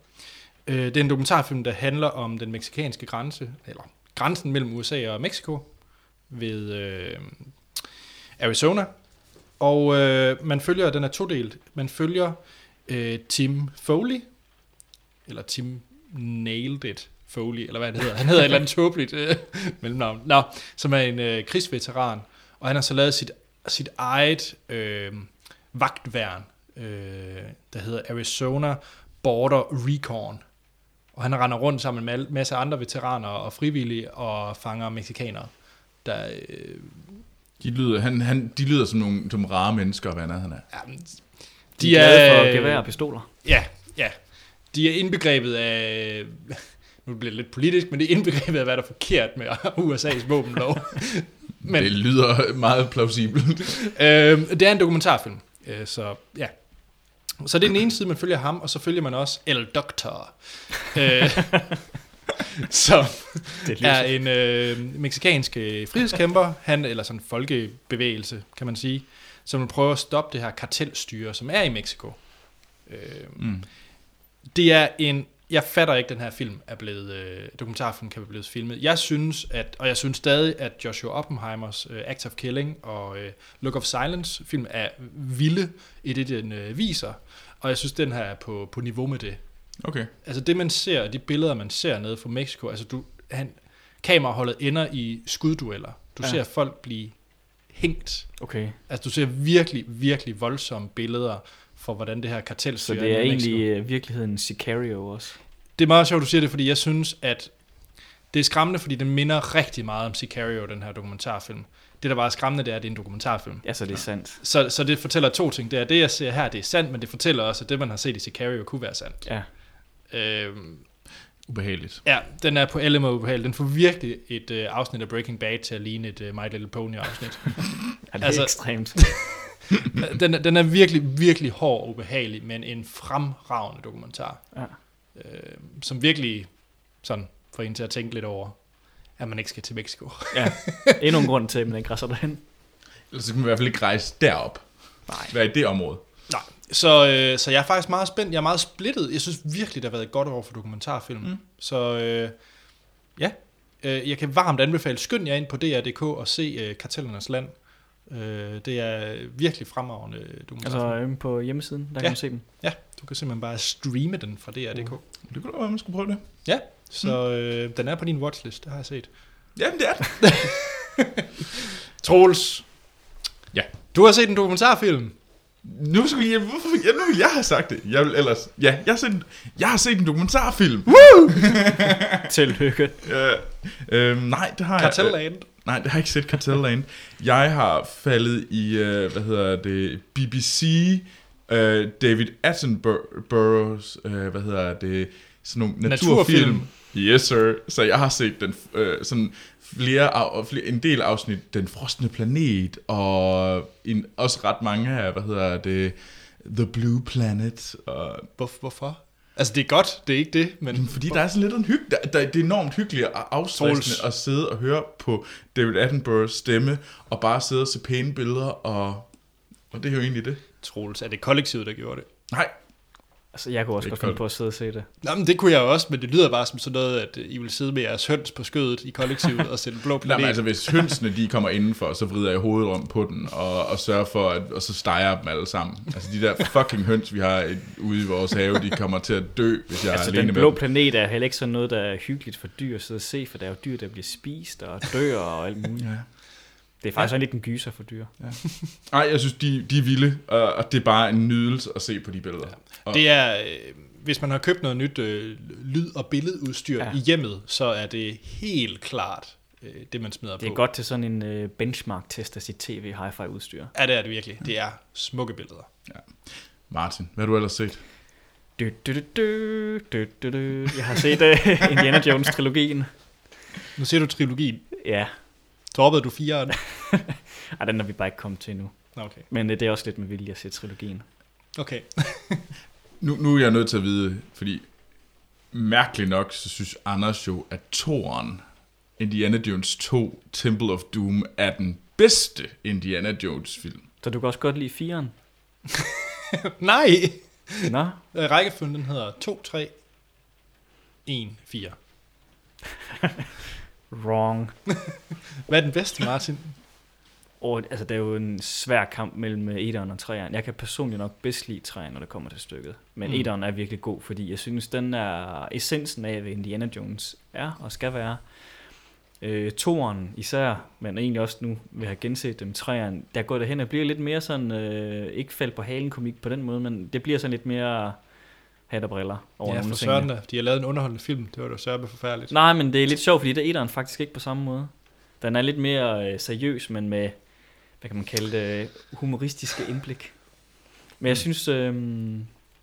Øh, det er en dokumentarfilm, der handler om den meksikanske grænse, eller grænsen mellem USA og Mexico ved øh, Arizona. Og øh, man følger, den er todelt, man følger øh, Tim Foley, eller Tim Nailed It Foley, eller hvad det hedder. Han hedder et eller andet tåbeligt øh, mellemnavn. Nå, som er en øh, krigsveteran, og han har så lavet sit sit eget øh, vagtværn, øh, der hedder Arizona Border Recon. Og han render rundt sammen med en mal- masse andre veteraner og frivillige og fanger mexikanere. Der, øh,
De lyder, han, han, de lyder som nogle som rare mennesker, hvad andet han er.
ja, de, øh,
De, de er øh, glade for gevær og pistoler.
Ja, ja. De er indbegrebet af... Nu bliver det lidt politisk, men det er indbegrebet af, hvad der er forkert med USA's våbenlov. Men-
Men. Det lyder meget plausibelt.
øh, det er en dokumentarfilm, øh, så ja. Så det er den ene side, man følger ham, og så følger man også El Doctor, øh, som
Det
er en øh, meksikansk øh, frihedskæmper, han eller sådan en folkebevægelse, kan man sige, som vil prøve at stoppe det her kartelstyre, som er i Mexico. Øh,
Mm.
det er en... Jeg fatter ikke, at den her film er blevet... Øh, dokumentarfilm kan være blevet filmet. Jeg synes, at... Og jeg synes stadig, at Joshua Oppenheimers øh, Act of Killing og øh, Look of Silence film er vilde i det, den øh, viser. Og jeg synes, den her er på, på niveau med det.
Okay.
Altså det, man ser, og de billeder, man ser nede fra Mexico, altså du... Han, kameraholdet ender i skuddueller. Du ja.
Ja.
ser folk blive hængt.
Okay,
Altså du ser virkelig, virkelig voldsomme billeder for, hvordan det her kartel
så det er egentlig øh, virkeligheden Sicario også.
Det er meget sjovt, du siger det, fordi jeg synes, at det er skræmmende, fordi den minder rigtig meget om Sicario, den her dokumentarfilm. Det, der bare er skræmmende, det er, at det er en dokumentarfilm.
Altså, det er sandt.
Så, så det fortæller to ting. Det er, det jeg ser her, det er sandt, men det fortæller også, at det, man har set i Sicario, kunne være sandt.
Ja.
Øhm,
Ubehageligt.
ja, den er på alle måder ubehagelig. Den får virkelig et øh, afsnit af Breaking Bad til at ligne et øh, My Little Pony-afsnit.
Er det
Altså-
altså, ekstremt?
den, er- den er virkelig, virkelig hård og ubehagelig, men en fremragende dokumentar.
Ja.
Øh, som virkelig sådan får en til at tænke lidt over, at man ikke skal til Mexico.
ja. Endnu en grund til, at man ikke græsser derhen.
Ellers så kan man i hvert fald ikke rejse derop.
Nej.
Hvad er i det område?
Nej, så, øh, så jeg er faktisk meget spændt. Jeg er meget splittet. Jeg synes virkelig, der har været et godt over for dokumentarfilm. Mm.
Mm.
Så øh, ja, øh, jeg kan varmt anbefale. Skynd jer ind på DR.dk og se øh, Kartellernes Land. Øh, det er virkelig fremragende dokumentar.
Altså øhm, på hjemmesiden, der
Ja.
kan man se dem.
Altså-
Du kan simpelthen bare streame den fra
Mm.
DR.dk.
Det kunne da være, man skulle prøve det.
Så
Mm.
øh, den er på din watchlist, det har jeg set.
Jamen, det er det.
Troels.
Ja.
Du har set en dokumentarfilm.
Nu skulle jeg... Hvorfor fik jeg... Nu ville jeg have sagt det. Jeg vil ellers... Ja, jeg har set en, jeg har set en dokumentarfilm.
Tillykke.
Øh, øh, nej, det har jeg... øh,
Kartelland.
Nej, det har jeg ikke set Kartelland. jeg har faldet i, øh, hvad hedder det, BBC, øh, David Attenboroughs, øh, hvad hedder det, sådan nogle naturfilm.
Naturfilm.
naturfilm. Yes, sir. Så jeg har set den, øh, sådan flere, af- flere, en del afsnit, Den Frostende Planet, og en, også ret mange af, hvad hedder det, The Blue Planet, og
Hvor, hvorfor? Altså, det er godt, det er ikke det, men...
Jamen, fordi der er sådan lidt en hygge, der, der, det er enormt hyggeligt og
Troels.
afstressende at sidde og høre på David Attenboroughs stemme, og bare sidde og se pæne billeder, og, og det er jo egentlig det.
Troels, er det kollektivet, der gjorde det?
Nej,
Altså, jeg kunne også
Det er
godt finde
koldt.
på at sidde og se det.
Nå, men det kunne jeg jo også, men det lyder bare som sådan noget, at øh, I vil sidde med jeres høns på skødet i kollektivet og sætte blå
Nej
planet.
men altså hvis hønsene de kommer indenfor, så vrider jeg hovedet om på den, og, og sørger for, at, og så steger jeg dem alle sammen. Altså de der fucking høns, vi har i- ude i vores have, de kommer til at dø, hvis jeg
Altså,
er alene
den
med
blå
dem.
planet er heller ikke sådan noget, der er hyggeligt for dyr at sidde og se, for der er jo dyr, der bliver spist og dør og alt muligt.
Ja.
Det er faktisk sådan lidt en gyser for dyr.
Ej, jeg synes, de, de er vilde, og, og det er bare en nydelse at se på de billeder. Og-
Det er, øh, hvis man har købt noget nyt øh, lyd- og billedudstyr ja.
Ja.
i hjemmet, så er det helt klart øh, det, man smider
Det er
på.
godt til sådan en øh, benchmark-test af sit tv hi-fi udstyr.
Ja, det er det virkelig. Det er smukke billeder.
Martin, hvad har du ellers set?
Du, du, du, du, du, du, du. Jeg har set uh, Indiana Jones-trilogien.
Nu ser du trilogien.
Ja,
Droppede du fireren?
og den er vi bare ikke kommet til nu.
Nå, okay.
Men uh, det er også lidt med vilje at se trilogien.
Okay.
Nu, nu er jeg nødt til at vide, fordi mærkeligt nok, så synes Anders jo, at toren Indiana Jones 2, Temple of Doom, er den bedste Indiana Jones film.
Så du kan også godt lide firen.
Nej!
Nå,
Øh, Rækkefølgen den hedder 2, 3, 1, 4.
wrong.
Hvad er den bedste, Martin?
Og, altså, det er jo en svær kamp mellem øh, etteren og treeren. Jeg kan personligt nok bedst lide treeren, når det kommer til stykket. Men
Mm.
mm. etteren er virkelig god, fordi jeg synes, den er essensen af, hvad Indiana Jones er og skal være. Øh, toeren især, men egentlig også nu, vi har genset dem treeren, der går det hen og bliver lidt mere sådan, øh, ikke fald på halen komik på den måde, men det bliver sådan lidt mere hat og briller over
ja,
nogle
for
ting.
Søren da. De har lavet en underholdende film. Det var da sørme forfærdeligt.
Nej, men det er lidt sjovt, fordi det er etteren faktisk ikke på samme måde. Den er lidt mere øh, seriøs, men med, hvad kan man kalde det, øh, humoristiske indblik. Men jeg synes, øh,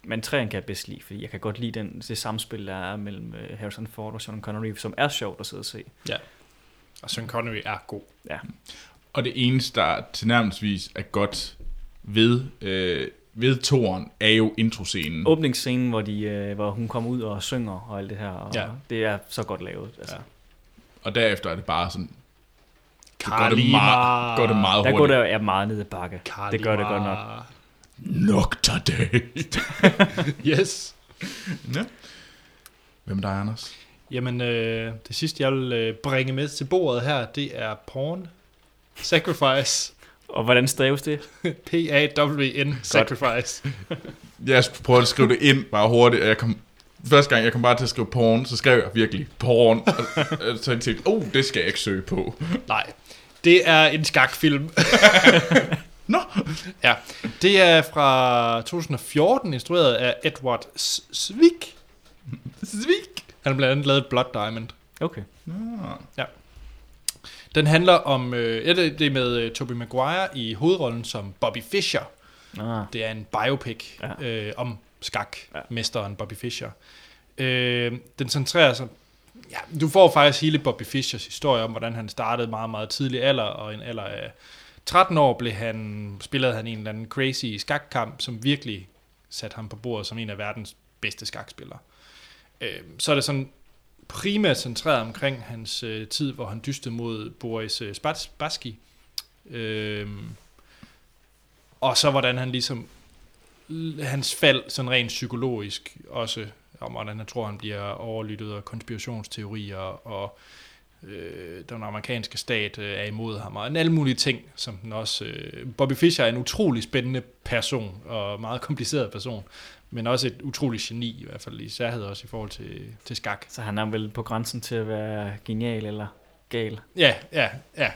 men træen kan jeg bedst lide, fordi jeg kan godt lide den, det samspil, der er mellem øh, Harrison Ford og Sean Connery, som er sjovt at sidde og se.
Og Sean Connery er god.
Og det eneste, der tilnærmelsesvis er godt ved, øh, ved toren, er jo
Mm.
introscenen.
Oh. Åbningsscenen, hvor, de, øh, hvor hun kommer ud og synger og alt det her, og
Ja.
ja. det er så godt lavet. Altså.
Ja.
Og derefter er det bare sådan... Så går det,
Karlima.
meget, går det meget
Ah, Der
hurtigt.
går der er meget ned ad bakke.
Karl
Det gør det godt nok.
Marr.
Nocterdate.
Yes.
Ja. Hvem er der, Anders?
Jamen, øh, det sidste, jeg vil øh, bringe med til bordet her, det er porn. Sacrifice.
Og hvordan staves det?
P-A-W-N. Sacrifice.
Jeg prøvede at skrive det ind bare hurtigt, og jeg kom, første gang jeg kom bare til at skrive porn, så skrev jeg virkelig porn, og, og så tænkte jeg, oh, det skal jeg ikke søge på.
Nej. Det er en skakfilm.
Nå.
Ja. Det er fra 2014, instrueret af Edward S- Zwick.
Svik.
Han har blandt andet lavet Blood Diamond.
Okay.
Den handler om, øh, ja, det det er med øh, Tobey Maguire i hovedrollen som Bobby Fischer.
Ah.
Det er en biopic ja.
Ja.
øh, om
Ja.
skakmesteren Bobby Fischer. Øh, den centrerer sig... Ja, du får faktisk hele Bobby Fischers historie om, hvordan han startede meget, meget tidlig alder, og i en alder af 13 år blev han, spillede han en eller anden crazy skakkamp, som virkelig satte ham på bordet som en af verdens bedste skakspillere. Øh, så er det sådan primært centreret omkring hans øh, tid, hvor han dystede mod Boris øh, Spats- Baski. Øh, og så hvordan han ligesom, l- hans fald sådan rent psykologisk også, om hvordan han tror, han bliver overlyttet af konspirationsteorier og øh, den amerikanske stat øh, er imod ham, og en alle mulige ting, som den også... Øh, Bobby Fischer er en utrolig spændende person, og meget kompliceret person, men også et utroligt geni, i hvert fald i særhed også i forhold til, til skak.
Så han er vel på grænsen til at være genial eller gal.
Ja, ja, ja.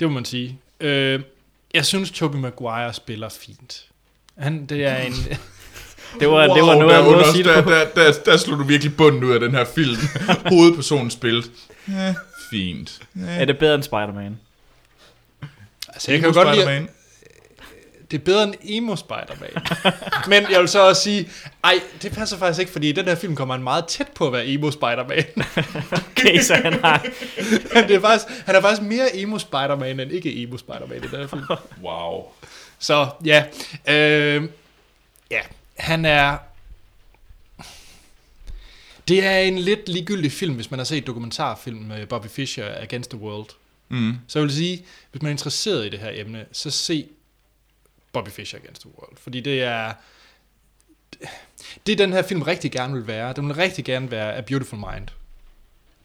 Det må man sige. Øh, jeg synes, Tobey Maguire spiller fint. Han, det er en...
Det var, wow, det var noget,
der,
jeg måtte sige
sige der,
det på.
der, der, der slog du virkelig bunden ud af den her film. Hovedpersonen spillet. Ja, fint.
Er det bedre end Spider-Man?
altså, jeg kan jo godt lide, det er bedre end Emo Spider-Man. Men jeg vil så også sige, ej, det passer faktisk ikke, fordi i den her film kommer han meget tæt på at være Emo Spider-Man.
Okay, så han har...
det er faktisk, han er faktisk mere Emo Spider-Man end ikke Emo Spider-Man i den her film.
Wow.
Så ja, øh, ja, han er... Det er en lidt ligegyldig film, hvis man har set dokumentarfilm med Bobby Fischer, Against the World.
Mm.
Så jeg vil sige, hvis man er interesseret i det her emne, så se Bobby Fischer Against the World. Fordi det er... Det den her film rigtig gerne vil være, den vil rigtig gerne være A Beautiful Mind.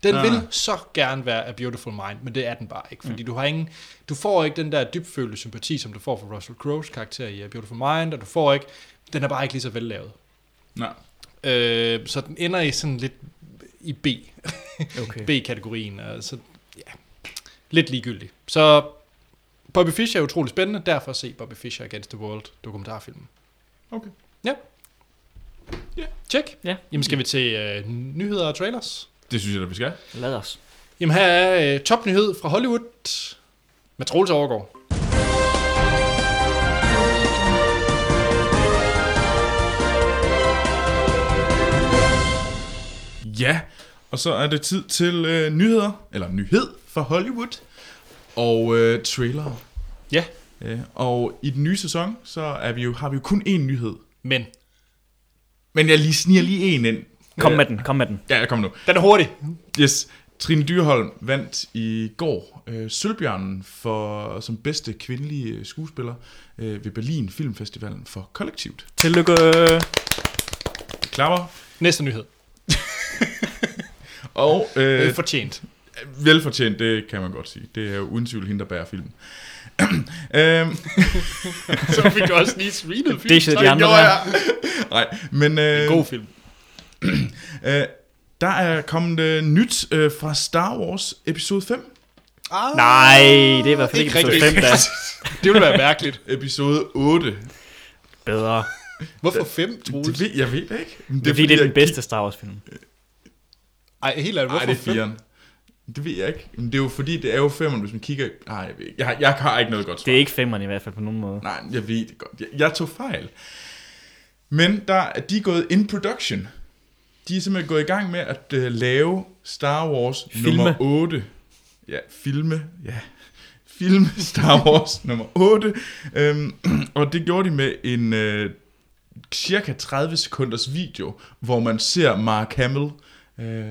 Den
Ah.
ah. vil så gerne være A Beautiful Mind, men det er den bare ikke.
Mm.
Fordi du, har ingen, du får ikke den der dybfølte sympati, som du får for Russell Crowe's karakter i A Beautiful Mind, og du får ikke... Den er bare ikke lige så vellavet.
Nej.
Øh, så den ender i sådan lidt i B.
Okay.
B-kategorien, og så ja, lidt ligegyldig. Så Bobby Fischer er utrolig spændende, derfor se Bobby Fischer Against the World dokumentarfilmen.
Okay.
Ja.
Ja.
Check.
Ja.
Jamen skal vi til øh, nyheder og trailers?
Det synes jeg da, vi skal.
Lad os.
Jamen her er øh, topnyhed fra Hollywood med Troels Overgaard.
Ja, og så er det tid til øh, nyheder, eller nyhed fra Hollywood, og øh, trailer.
Ja.
Øh, og i den nye sæson, så er vi jo, har vi jo kun én nyhed.
Men
Men jeg lige sniger lige en ind.
Kom
Øh,
med den, kom med den.
Ja, jeg kommer nu.
den er hurtig.
Yes, Trine Dyrholm vandt i går øh, Sølvbjørnen for, som bedste kvindelige øh, skuespiller øh, ved Berlin Filmfestivalen for Kollektivt.
Tillykke.
Vi Klapper.
Næste nyhed.
Og
Øh.
øh,
Fortjent.
velfortjent, det kan man godt sige. Det er jo uden tvivl hende, der bærer filmen. øhm,
så fik du også lige svinet film.
Det er shit, de andre
gjorde
der.
jeg. Nej, men... Øh,
God film.
Øh, der er kommet øh, nyt øh, fra Star Wars episode 5.
Ah,
Nej, det er i hvert fald ikke episode 5, der
Det ville være mærkeligt.
Episode 8.
bedre.
Hvorfor 5,
Det
Troels?
ved, jeg ved det ikke. Men
Det er fordi, det er
jeg
den bedste Star Wars-film.
Ej, helt ærligt,
Gik...
hvorfor
Ej, det er
5?
firen. Det ved jeg ikke. Men det er jo fordi, det er jo 5, hvis man kigger... Nej, jeg ved ikke. Jeg, har- jeg har ikke noget godt svar.
Det er ikke femmeren i hvert fald på nogen måde.
Nej, jeg ved det godt. Jeg, jeg tog fejl. Men der, er- de er gået in production. De er simpelthen gået i gang med at øh, lave Star Wars
Filme.
nummer 8. Ja, filme. Ja, filme Star Wars nummer 8. Øhm, og det gjorde de med en øh, cirka 30 sekunders video, hvor man ser Mark Hamill, øh,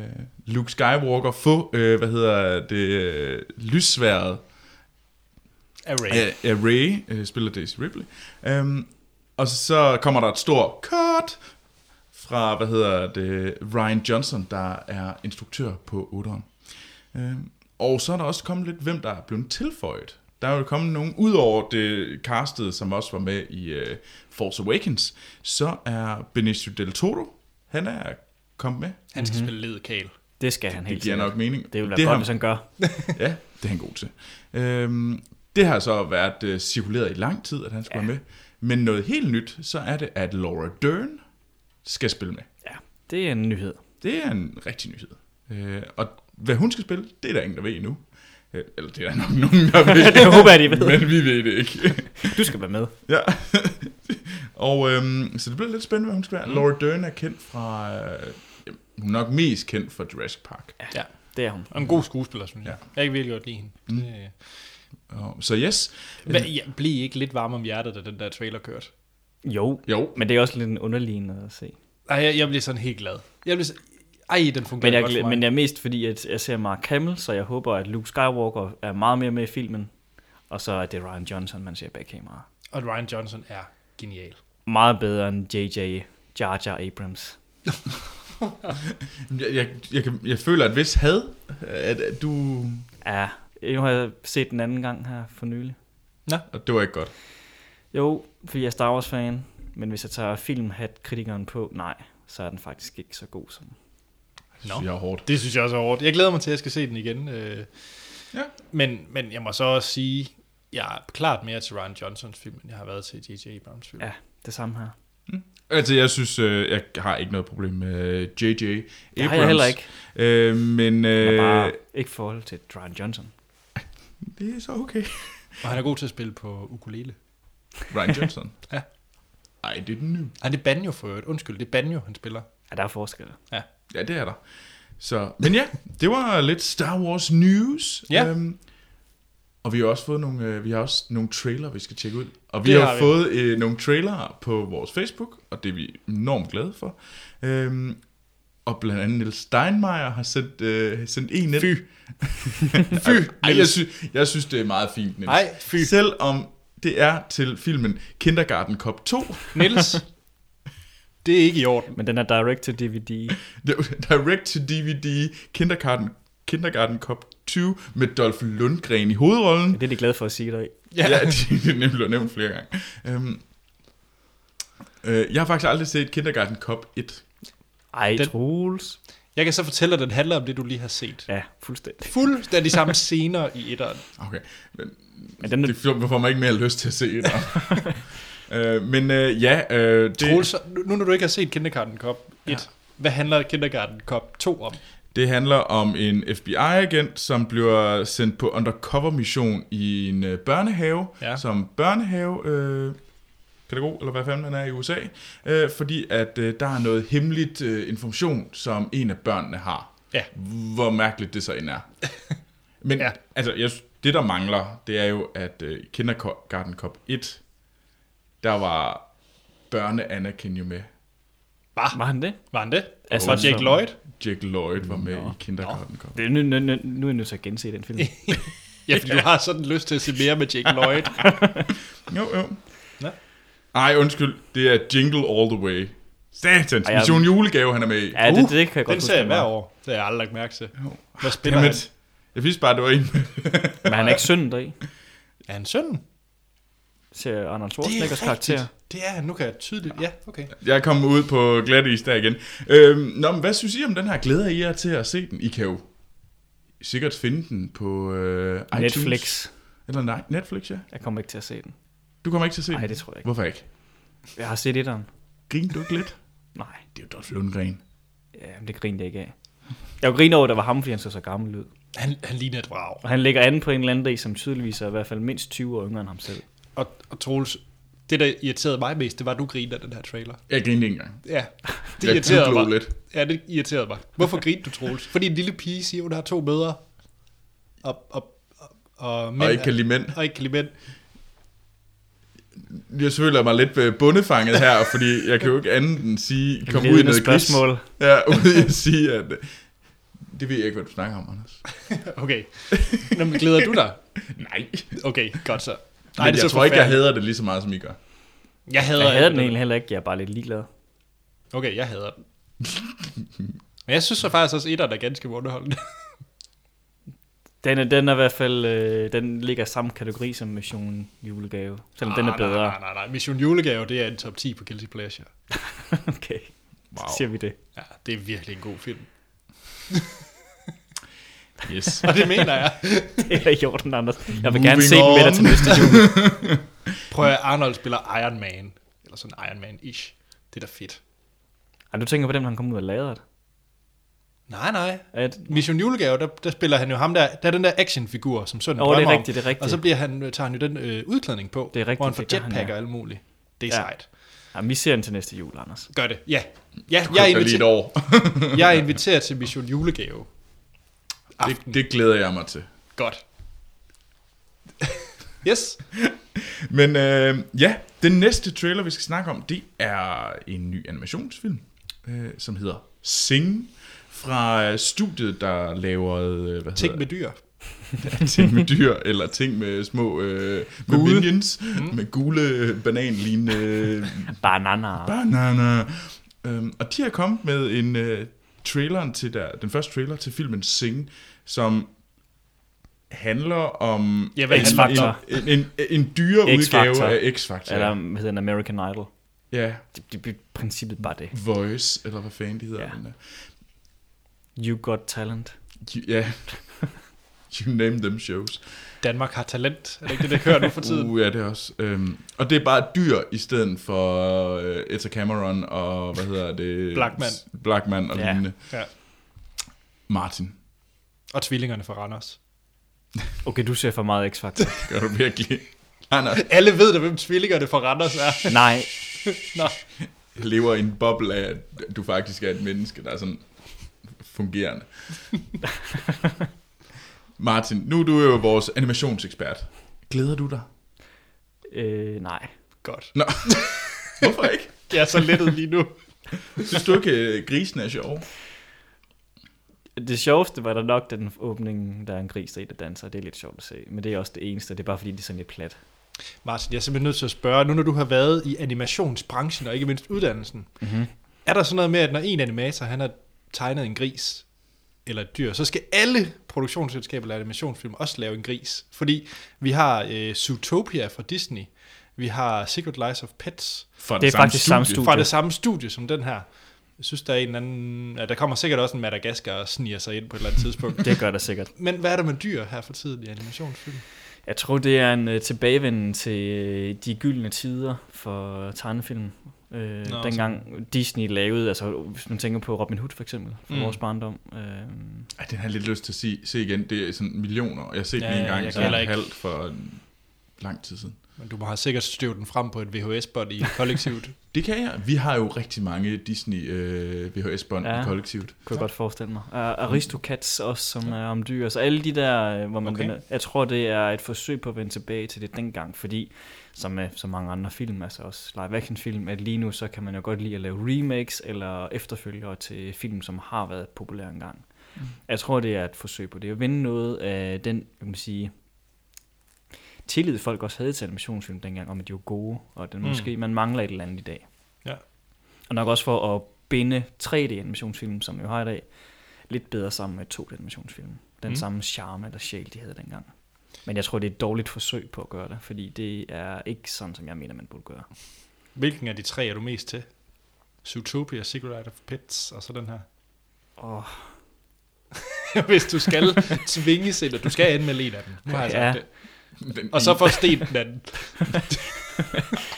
Luke Skywalker, få, øh, hvad hedder det, øh, lyssværet
Array.
af, af Ray, øh, spiller Daisy Ripley. Øhm, og så, så kommer der et stort cut fra, hvad hedder det, Ryan Johnson, der er instruktør på 8'eren. Øhm, og så er der også kommet lidt, hvem der er blevet tilføjet. Der er jo kommet nogen, udover det castede, som også var med i øh, Force Awakens, så er Benicio Del Toro, han er kommet med.
Han
Mhm.
skal spille led Kale.
Det skal han helt
Det giver
sikkert.
nok mening.
Det vil
Det
være
har-
godt, hvis han gør.
Ja, det er han god til. Øhm, det har så været øh, cirkuleret i lang tid, at han skulle ja. være med. Men noget helt nyt, så er det, at Laura Dern skal spille med.
Ja, det er en nyhed.
Det er en rigtig nyhed. Øh, og hvad hun skal spille, det er der ingen, der ved endnu. Øh, eller det er der nok nogen, der ved.
Det håber jeg, de ved.
Men vi ved det ikke.
Du skal være med.
Ja. og øhm, så det bliver lidt spændende, hvad hun skal være. Mm. Laura Dern er kendt fra... Øh, jamen, hun er nok mest kendt fra Jurassic Park.
Ja.
Det er hun.
Og en god skuespiller, synes jeg. Ja. Jeg kan virkelig godt lide hende.
Mhm.
Mm.
Og, så yes.
Men jeg blev I ikke lidt varm om hjertet, da den der trailer kørte.
Jo,
Jo.
men det er også lidt en underligende at se.
Ej, jeg, jeg blev sådan helt glad. Jeg blev så... Ej, den fungerer
Men jeg,
godt for
glæ-
mig.
men jeg er mest fordi, at jeg ser Mark Hamill, så jeg håber, at Luke Skywalker er meget mere med i filmen. Og så er det Ryan Johnson, man ser bag kameraet.
Og Ryan Johnson er genial.
Meget bedre end J.J. Jar Jar Abrams.
Jeg, jeg, jeg, kan, jeg føler et vis had, at, at du...
Ja, nu har jeg set den anden gang her for nylig.
Og det var ikke godt.
Jo, fordi jeg er Star Wars-fan, men hvis jeg tager filmhat-kritikeren på, nej, så er den faktisk ikke så god som...
No. Jeg er hårdt.
Det synes jeg også er hårdt. Jeg glæder mig til, at jeg skal se den igen. Øh,
Ja.
men, men jeg må så også sige, jeg er klart mere til Ryan Johnsons film, end jeg har været til J.J. Abrams film.
Ja. Det samme her.
Altså, jeg synes, øh, jeg har ikke noget problem med øh, J.J. Abrams.
Det har jeg heller ikke.
Øh, men
Jeg
øh,
har bare ikke forhold til Ryan Johnson.
det er så okay.
Og han er god til at spille på ukulele.
Ryan Johnson.
Ja.
Ej, det er den nye.
Ej, det er banjo for øvrigt. Undskyld, det er banjo, han spiller.
Ja, der er forskel.
Ja, det er der. Så, men ja, det var lidt Star Wars news.
Ja.
Øhm, og vi har også fået nogle, øh, vi har også nogle trailer, vi skal tjekke ud. Og vi
Det
har,
har vi.
fået øh, nogle trailer på vores Facebook, og det er vi enormt glade for. Øhm, og blandt andet Niels Steinmeier har sendt, øh, sendt en ind. Fy. Fy. Ej, jeg,
Niels.
synes, jeg synes, det er meget fint, Niels.
Nej, fy.
Selvom det er til filmen Kindergarten Cop 2,
Niels, det er ikke i orden.
Men den er direct to DVD.
Direct to DVD Kindergarten, Kindergarten Cop 20 med Dolph Lundgren i hovedrollen.
Det er de glade for at sige dig.
Ja, ja det er nemlig blevet nævnt flere gange. Øhm, øh, jeg har faktisk aldrig set Kindergarten Cop 1.
Ej,
Den-
den... Troels.
Jeg kan så fortælle, at den handler om det, du lige har set.
Ja, fuldstændig.
Fuldstændig samme scener i etteren.
Okay,
Men den er...
det får- får mig ikke mere lyst til at se det. øh, men øh, ja, øh, det,
Troels, nu nu når du ikke har set Kindergarten Cop 1, ja. hvad handler Kindergarten Cop 2 om?
det handler om en FBI-agent, som bliver sendt på undercover-mission i en øh, børnehave,
Ja.
som børnehave øh, pædagog, eller hvad fanden han er i USA, øh, fordi at øh, der er noget hemmeligt øh, information, som en af børnene har.
Ja.
Hvor mærkeligt det så end er. Men
Ja.
ja. altså, jeg, synes, det der mangler, det er jo, at øh, Kindergarten Cop 1, der var børne Anakin jo med.
Var han det?
Var han det?
Altså,
Altså, var Jake
som-
Lloyd?
Jack Lloyd var med
Nå.
i Kindergarten Cop.
det er nu, nu, nu, nu er jeg nødt til at gense den film.
Ja, fordi du har sådan lyst til at se mere med Jake Lloyd.
Jo, jo.
Nå.
Ej, undskyld. Det er Jingle All The Way. Satans.
Ej, jeg-
Mission Julegave, han er med i.
Ja, det, det kan jeg godt
Uh, Den
huske,
ser jeg
den
hver
var.
år. Det har jeg aldrig lagt mærke til.
Jo.
Hvad spiller han?
Dammit. Jeg vidste bare, det var en.
Men han er ikke sønnen deri,
Er han sønnen?
ser Arnold Schwarzeneggers karakter.
Det er han. Nu kan jeg tydeligt... Ja, okay.
Jeg kom ud på glat is der igen. Øhm, nå, men hvad synes I om den her? Glæder I jer til at se den? I kan jo sikkert finde den på øh, iTunes.
Netflix.
Eller nej, Netflix, ja.
Jeg kommer ikke til at se den.
Du kommer ikke til at se
Nej,
den?
det tror jeg ikke.
Hvorfor ikke?
Jeg har set etteren.
Griner du ikke lidt?
Nej,
Det er jo Dolph Lundgren.
ja, men det griner jeg ikke af. Jeg griner over, at det var ham, fordi han så så gammel ud.
Han, han ligner et vrag.
Og han ligger anden på en eller anden dag, som tydeligvis er i hvert fald mindst 20 år yngre end ham selv.
Og, og Troels, det der irriterede mig mest, det var, at du grinede af den her trailer.
Jeg grinte ikke engang.
Ja, det
jeg
irriterede
googlede
mig.
lidt.
Ja, det irriterede mig. Hvorfor grinte du, Troels? Fordi en lille pige siger, hun har to mødre. Og, og, og, og, mænd
Og ikke kan lide mænd.
er- og ikke kan lide mænd.
Jeg føler mig lidt øh, bundefanget her, fordi jeg kan jo ikke andet end sige, kom ud i
Ledende
noget gris.
spørgsmål.
Ja, uden at sige, at... øh, Det ved jeg ikke, hvad du snakker om, Anders.
Okay. Nå, men glæder du dig?
Nej.
Okay, godt så.
Nej,
det
det
er
jeg
så
tror ikke, jeg
forfærdeligt.
hader det lige så meget, som I gør.
Jeg hader,
Jeg havde den
det.
egentlig heller ikke, jeg er bare lidt ligeglad.
Okay, jeg hader den. Men jeg synes så faktisk også, at etteren er ganske underholdende.
Den er, den er i hvert fald, øh, den ligger i samme kategori som Mission Julegave. Selvom den er
Ah, nej,
bedre.
Nej, nej, nej. Mission Julegave, det er en top 10 på Guilty Pleasure.
Okay, wow. så siger vi det.
Ja, det er virkelig en god film.
Yes.
Og det mener jeg.
Det er i orden, Anders. Jeg vil
Moving
gerne se den med dig
on.
til næste jul.
Prøv at Arnold spiller Iron Man. Eller sådan Iron Man-ish. Det er da fedt.
Ej, du tænker på dem, når han kom ud af lageret.
Nej, nej.
At,
Mission Julegave, der, der spiller han jo ham der, der er den der actionfigur, som sønnen
Åh, det er
drømmer om.
rigtigt, det er rigtigt.
Og så bliver han, tager han jo den øh, udklædning på,
Det er rigtigt,
hvor han får
det gør han,
jetpack
ja.
og alt muligt. Det er ja.
Ja.
sejt.
jamen, vi ser den til næste jul, Anders.
Gør det. Ja, ja
Jeg
jeg, er
er lige et
inviteret,
år.
jeg er inviteret til Mission Julegave. Aften.
Det, det glæder jeg mig til.
Godt. yes.
Men øh, ja, den næste trailer, vi skal snakke om, det er en ny animationsfilm, øh, som hedder Sing, fra øh, studiet, der lavede... øh, Hvad
Ting
hedder
med dyr.
det? ting med dyr, eller ting med små... Øh, med
Gule.
minions, med gule, øh, bananlignende
Banana.
Banana. Øhm, og de har kommet med en øh, traileren til der, den første trailer til filmen Sing, som handler om
Ja, hvad
en,
handler
en, en, en, en dyre udgave
X-Factor.
af X-Factor.
Eller hvad hedder den American Idol.
Ja,
Det, det, det er princippet bare det.
Voice, eller hvad fanden de hedder.
Ja.
den der.
You Got Talent.
You- Ja. You name them shows.
Danmark har talent. Er det ikke det, det hører nu for tiden?
Uh, ja, det er også. Øhm, og det er bare dyr i stedet for øh, Etta Cameron og, hvad hedder det?
Blachman.
S- Blachman og
Ja.
lignende.
Ja.
Martin.
Og tvillingerne fra Randers.
Okay, du ser for meget X-Factor.
Gør du virkelig? Han er,
Alle ved da, hvem tvillingerne fra Randers er.
Nej,
Nå.
lever i en boble af, at du faktisk er et menneske, der er sådan fungerende. Martin, nu er du jo vores animationsekspert. Glæder du dig?
øh, nej.
Godt.
Nå, hvorfor ikke?
Jeg er så lettet lige nu.
Synes du ikke, øh, grisen er sjov?
Det sjoveste var der nok den åbning, der er en gris, der er en, der danser. Det er lidt sjovt at se. Men det er også det eneste. Det er bare fordi, det er sådan lidt plat.
Martin, jeg er simpelthen nødt til at spørge, nu når du har været i animationsbranchen, og ikke mindst uddannelsen,
Mm-hmm.
er der sådan noget med, at når en animator han har tegnet en gris eller et dyr, så skal alle produktionsselskaber eller animationsfilm også lave en gris? Fordi vi har øh, Zootopia fra Disney, vi har Secret Lives of Pets,
For
Det er faktisk samme studie.
fra det samme studie som den her. Jeg synes, der er en eller anden... Ja, der kommer sikkert også en Madagaskar og sniger sig ind på et eller andet tidspunkt.
Det gør der sikkert.
Men hvad er der med dyr her for tiden i animationsfilm?
Jeg tror, det er en øh, tilbagevenden til øh, de gyldne tider for tegnefilm. Øh,
Nå,
dengang Disney lavede, altså hvis man tænker på Robin Hood for eksempel, fra
Mm.
mm. vores barndom. Øh,
Ej, den har jeg lidt lyst til at se, se igen. Det er sådan millioner. Jeg har set ja,
Ja,
den en
ja,
gang,
jeg
så
kan
er
heller ikke-
halvt for en lang tid siden.
Men du må have sikkert støvet den frem på et VHS-bånd i kollektivt.
Det kan jeg. Vi har jo rigtig mange Disney øh, VHS-bånd ja.
Ja.
i kollektivet.
kunne jeg godt forestille mig. Og
Mm.
Aristocats også, som er om dyr. Så alle de der, øh, hvor man
Okay.
okay. vender, jeg tror, det er et forsøg på at vende tilbage til det dengang, fordi som med så mange andre film, altså også live action film, at lige nu så kan man jo godt lide at lave remakes eller efterfølgere til film, som har været populære engang. Mm. Jeg tror, det er et forsøg på det. At vinde noget af den, jeg må sige, tillid folk også havde til animationsfilm dengang, om at de var gode, og den
Mm.
mm. måske, man mangler et eller andet i dag.
Ja.
Og nok også for at binde 3D-animationsfilm, som vi jo har i dag, lidt bedre sammen med 2D-animationsfilm. Den
Mm.
mm. samme charme eller sjæl, de havde dengang. Men jeg tror, det er et dårligt forsøg på at gøre det, fordi det er ikke sådan, som jeg mener, man burde gøre.
Hvilken af de tre er du mest til? Zootopia, Secret Life of Pets og så den her.
Oh,
Hvis du skal tvinges ind, og du skal anmelde en af dem. Nu har jeg sagt
Ja.
det.
Den
Og så
ene-
får Sten den anden.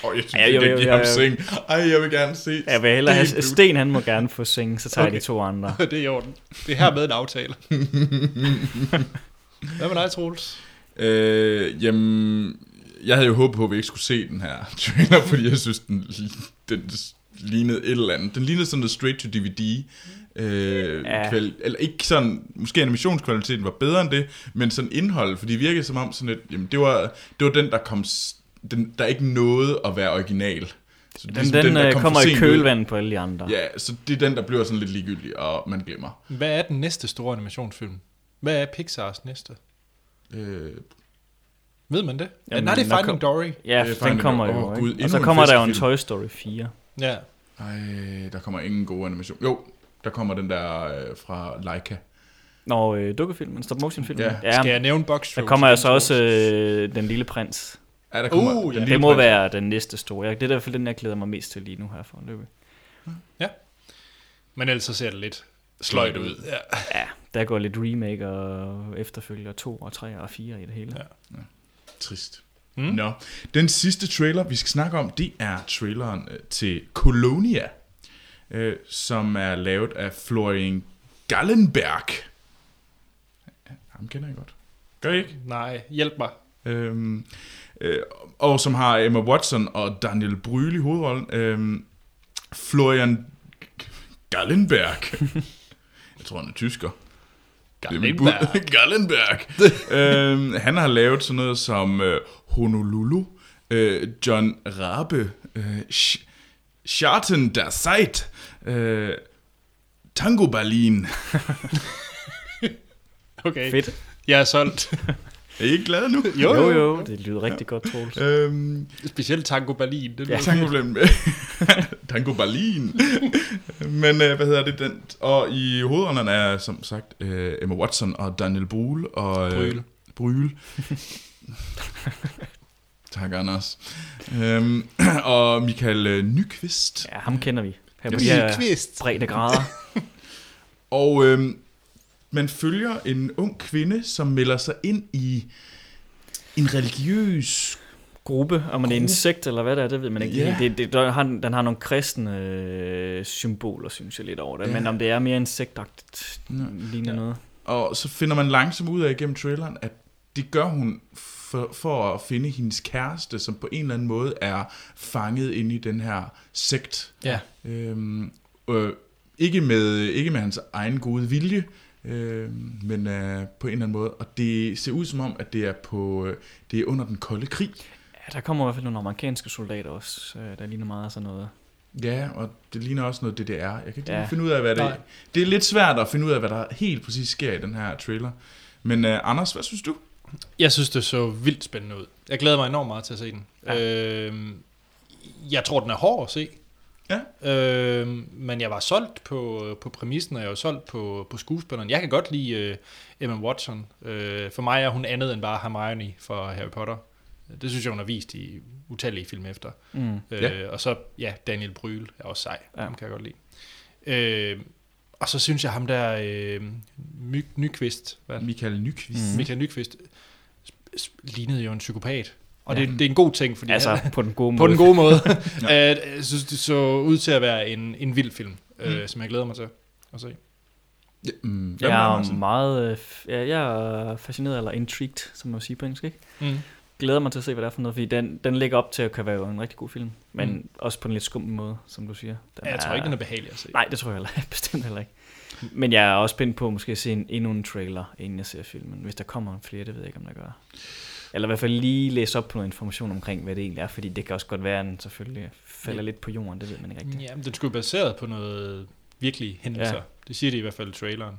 Åh, jeg synes,
Ja,
ja,
jo,
jo,
jo,
det giver
jo,
ham
jo.
seng. Ej, jeg vil gerne se.
jeg vil hellere
Sten,
have,
du-
Sten han må gerne få seng, så tager okay. jeg de to andre.
Det er i orden. Det er her med en aftale. Hvad med dig, Troels?
Øh, jamen, jeg havde jo håbet på, at vi ikke skulle se den her trailer, fordi jeg synes, den, li- den s- lignede et eller andet. Den lignede sådan noget straight-to-DVD. Øh,
Ja.
ja. eller ikke sådan, måske animationskvaliteten var bedre end det, men sådan indhold, fordi det virkede som om sådan et, jamen, det var, det var den, der kom, s- den, der ikke nåede at være original. Så ligesom
Den, den, den
der
øh,
kom for
kommer i
sent ud.
kølvandet på alle de andre.
Ja, så det er den, der bliver sådan lidt ligegyldig, og man glemmer.
Hvad er den næste store animationsfilm? Hvad er Pixars næste?
Øh,
Ved man det? Jamen,
Jamen,
Nej, det er
nok-
Finding Dory.
Ja,
Det er
for den
faktisk-
kommer
Åh,
jo,
Gud,
ikke?
endnu
Og så
en
kommer der jo en
fiskefilm.
Toy Story 4.
Ja.
Ej, der kommer ingen gode animation. Jo, der kommer den der øh, fra Leica.
Nå, øh, dukkefilmen, stop motion filmen.
Ja.
Skal jeg nævne Box Show?
Der kommer altså også øh, Den Lille Prins.
Ja, der
Uh,
den
ja.
lille
det må
prins.
være den næste store. Jeg- Det er i hvert fald den, jeg glæder mig mest til lige nu her for løbet.
Men ellers så ser det lidt sløjt ud. Ja.
Ja, der går lidt remake og efterfølger 2 og 3 og 4 i det hele.
Ja.
Ja.
Trist.
Mm.
Mm.
Hmm?
Nå, den sidste trailer, vi skal snakke om, det er traileren øh, til Colonia, øh, som er lavet af Florian Gallenberg. Ja, Ham kender jeg godt. Gør I ikke?
Nej, hjælp mig.
Øhm, øh, og som har Emma Watson og Daniel Brühl i hovedrollen. Øhm, Florian Gallenberg. Jeg tror, han er tysker.
Gallenberg.
Det er mit bud. Gallenberg. øhm, han har lavet sådan noget som øh, Honolulu, øh, John Rabe, øh, Sch- Scharten der Zeit, øh, Tango Berlin.
Okay,
Fedt.
jeg er solgt.
Er I ikke glade nu?
Jo, jo.
jo, jo. Det lyder rigtig godt, Troels.
Øhm,
Specielt Tango Berlin. Det
Ja.
ja.
ja. Tango Berlin. Tango Berlin. Men øh, hvad hedder det? Den, og i hovedånderne er som sagt øh, Emma Watson og Daniel Brühl. Og, øh,
Brühl.
Bryl. tak, Anders. Øhm, og Michael øh, Nyqvist.
Ja, ham kender vi. Her på
Jeg
de
siger
her brede grader.
Og øhm, man følger en ung kvinde, som melder sig ind i en religiøs...
Gruppe, om man er en sekt eller hvad det er, det ved man ikke.
Ja.
Yeah. Det, det, der har, den har nogle kristne øh, symboler, synes jeg lidt over det.
Ja.
Yeah. Men om det er mere insektagtigt,
Nå.
ligner noget.
Og så finder man langsomt ud af igennem traileren, at det gør hun for, for at finde hendes kæreste, som på en eller anden måde er fanget inde i den her sekt.
ja.
Øhm, øh, ikke, med, ikke med hans egen gode vilje, øh, men øh, på en eller anden måde. Og det ser ud som om, at det er, på, øh, det er under den kolde krig.
Ja, der kommer i hvert fald nogle amerikanske soldater også, øh, der ligner meget af sådan noget.
Ja, og det ligner også noget DDR. Jeg kan ikke
Ja.
ja. finde ud af, hvad det er.
Nej.
Det er lidt svært at finde ud af, hvad der helt præcis sker i den her trailer. Men uh, Anders, hvad synes du?
Jeg synes, det så vildt spændende ud. Jeg glæder mig enormt meget til at se den.
Ja.
Ja. Øhm, jeg tror, den er hård at se.
Ja.
Øhm, men jeg var solgt på, på præmissen, og jeg var solgt på, på skuespilleren. Jeg kan godt lide øh, Emma Watson. Øh, for mig er hun andet end bare Hermione fra Harry Potter. Det synes jeg, hun har vist i utallige film efter.
Mm.
Ja.
Ja.
Øh, og så, ja, Daniel Bryl er også sej.
Ja.
Ja. Ham kan jeg godt lide. Øh, og så synes jeg, ham der øh, My- Nyqvist, hvad, mm.
Michael Nyqvist.
Mm.
Mm.
Michael Nyqvist, sp- sp- lignede jo en psykopat. Og
Ja.
ja. det, det er en god ting, fordi
Altså,
han,
på den gode måde.
på den gode måde.
Ja.
at, jeg synes, det så ud til at være en, en vild film, øh, som jeg glæder mig til at se.
Ja, mm. Hvad med
Jeg er
Andersen?
meget øh, f- ja, jeg er fascineret, eller intrigued, som man siger på engelsk, ikke?
Mm.
Glæder mig til at se, hvad det er for noget, fordi den, den ligger op til at kan være en rigtig god film, men mm.
Mm.
også på en lidt skummel måde, som du siger. Den
Ja, jeg tror ikke, den er behagelig at se.
Nej, det tror jeg heller ikke. Bestemt heller ikke. Men jeg er også spændt på måske at se en, endnu en trailer, inden jeg ser filmen. Hvis der kommer en flere, det ved jeg ikke, om der gør. Eller i hvert fald lige læse op på noget information omkring, hvad det egentlig er, fordi det kan også godt være, at den selvfølgelig falder lidt på jorden, det ved man ikke rigtigt.
Ja, men den skulle være baseret på noget virkelige hændelser.
Ja.
Ja. Det siger de i hvert fald i traileren.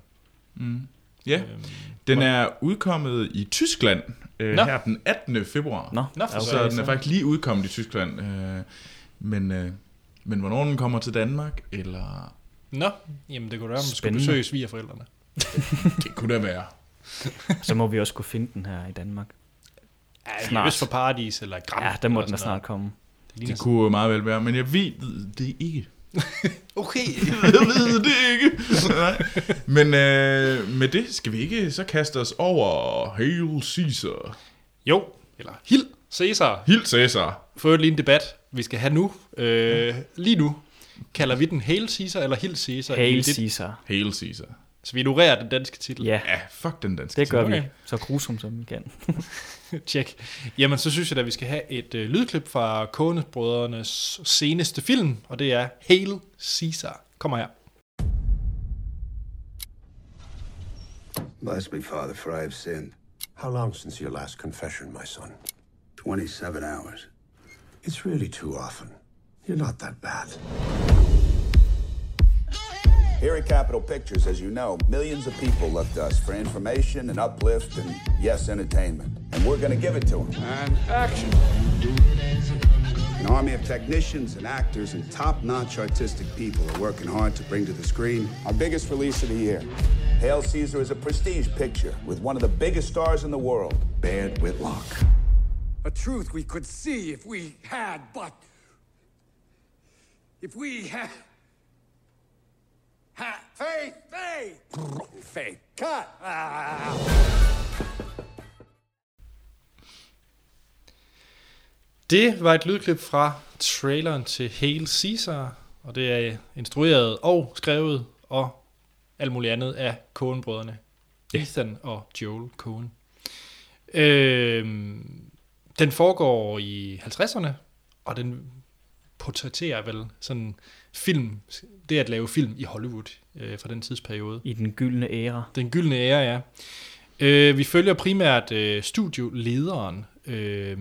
Mm. Ja,
Øhm,
den er udkommet i Tyskland øh,
Nå.
her den 18. februar.
Nå,
Nå, for
ja, okay,
Så den er
så-
faktisk lige udkommet i Tyskland. Øh, men, øh, men hvornår den kommer til Danmark, eller...
Nå, jamen det kunne være, at man skulle
Spændende.
besøge svigerforældrene.
Det kunne da være.
så må vi også kunne finde den her i Danmark.
Ja,
Snart.
snart. Vist for Paradis eller Gram.
Ja, der må den da snart komme.
Det
Det
det kunne...
kunne meget vel være, men jeg ved det ikke.
Okay.
Jeg ved det ikke. Nej. Men øh, med det skal vi ikke så kaste os over Hail Caesar.
Jo, eller Hild Cæsar.
Hail Caesar.
Få lige en debat, vi skal have nu. Øh, lige nu. Kalder vi den Hail Caesar eller Hild Caesar?
Hail
Det-
Caesar.
Hail Caesar.
Så vi ignorerer den danske titel.
Ja,
Ja, fuck den danske.
det gør
Okay.
vi. Så grusom som vi kan.
Tjek. Jamen, så synes jeg, at vi skal have et øh, lydklip fra Kånesbrødrenes seneste film, og det er Hail Caesar. Kommer her.
Bless me, Father, for I have sinned.
How long since your last confession, my son?
27 hours.
It's really too often. You're not that bad.
Here at Capitol Pictures, as you know, millions of people left us for information and uplift and, yes, entertainment. And we're going to give it to them. And action. An army of technicians and actors and top notch artistic people are working hard to bring to the screen our biggest release of the year. Hail Caesar is a prestige picture with one of the biggest stars in the world, Baird Whitlock.
A truth we could see if we had, but. If we had. Ha, faith, faith! faith, cut! Ah.
Det var et lydklip fra traileren til Hail Caesar, og det er instrueret og skrevet og alt muligt andet af Coen-brødrene. Ethan og Joel Coen. Øhm, den foregår i 50'erne, og den portrætterer vel sådan film, det at lave film i Hollywood øh, fra den tidsperiode.
I den gyldne æra.
Den gyldne ære, ja. Øh, vi følger primært øh, studiolederen øh,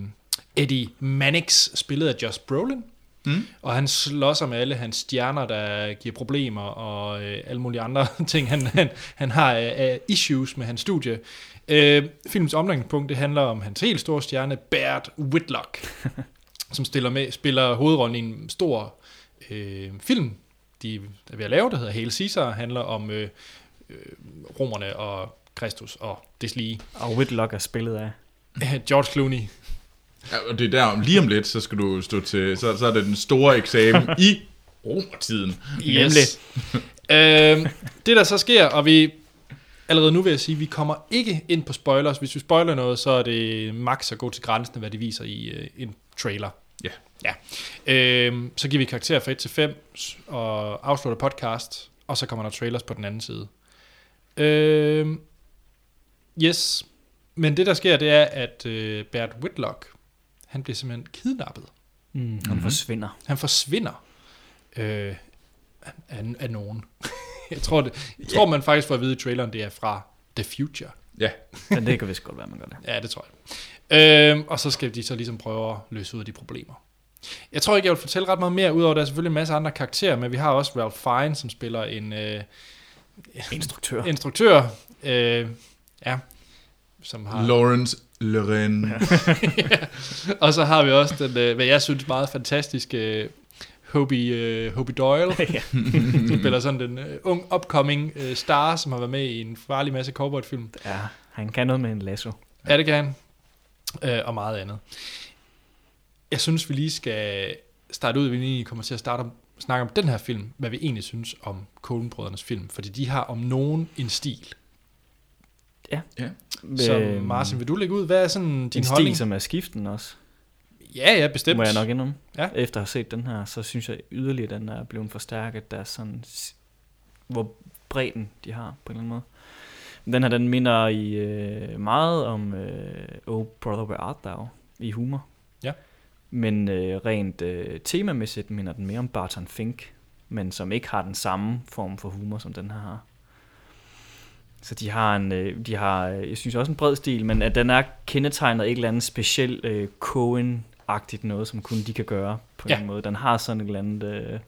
Eddie Mannix, spillet af Josh Brolin, Mm. Og han slås med alle hans stjerner, der giver problemer, og øh, alle mulige andre ting. Han, han, han har øh, issues med hans studie. Øh, filmens omdrejningspunkt det handler om hans helt store stjerne, Bert Whitlock, som stiller med, spiller hovedrollen i en stor øh, film, de er ved at lave, der hedder Hail Caesar, handler om øh, øh, romerne og Kristus og deslige.
Og Whitlock er spillet af.
George Clooney.
Ja, og det er der, om lige om lidt, så skal du stå til, så, så er det den store eksamen i romertiden.
Yes. Nemlig. øh, det der så sker, og vi allerede nu vil jeg sige, vi kommer ikke ind på spoilers. Hvis vi spoiler noget, så er det max at gå til grænsen af, hvad de viser i øh, en trailer.
Ja.
Ja. Øhm, så giver vi karakterer fra 1 til 5 og afslutter podcast, og så kommer der trailers på den anden side. Øhm, yes. Men det, der sker, det er, at øh, Bert Whitlock, han bliver simpelthen kidnappet.
Mm. Han forsvinder.
Han forsvinder øh, af, af- af nogen. jeg tror, det, jeg tror man faktisk får at vide i traileren, det er fra The Future.
Ja.
Men det kan vist godt være, man gør det.
Ja, det tror jeg. Øhm, og så skal de så ligesom prøve at løse ud af de problemer. Jeg tror ikke, jeg vil fortælle ret meget mere, udover at der er selvfølgelig en masse andre karakterer, men vi har også Ralph Fiennes, som spiller en øh,
Instruktør.
instruktør, øh, ja, som har...
Lawrence Lorraine. Ja.
Og så har vi også den, øh, hvad jeg synes, meget fantastiske øh, Hobie, øh, Hobie Doyle,
Ja.
som spiller sådan den øh, ung upcoming øh, star, som har været med i en farlig masse cowboyfilm.
Ja, han kan noget med en lasso.
Ja, det kan han. Øh, og meget andet. Jeg synes, vi lige skal starte ud, at vi egentlig kommer til at starte om, snakke om den her film, hvad vi egentlig synes om Coen-brødrenes film, fordi de har om nogen en stil.
ja.
Så Martin, vil du lægge ud, hvad er sådan din
din Øhm, en
holdning?
stil, som er skiften også,
Ja, ja,
det
bestemt.
må jeg nok indrømme.
Ja.
Efter at have set den her, så synes jeg yderligere, at den er blevet forstærket. Der er sådan, s- hvor bredden de har på en eller anden måde. Men Den her, den minder i øh, meget om øh, Oh Brother Where Art Thou i humor.
Ja.
Men øh, rent øh, temamæssigt minder den mere om Barton Fink, men som ikke har den samme form for humor, som den her har. Så de har en, øh, de har, øh, jeg synes også en bred stil, men at den er kendetegnet af et eller andet specielt øh, Cohen-agtigt noget, som kun de kan gøre på
Ja.
ja. en måde. Den har sådan et eller andet, øh, en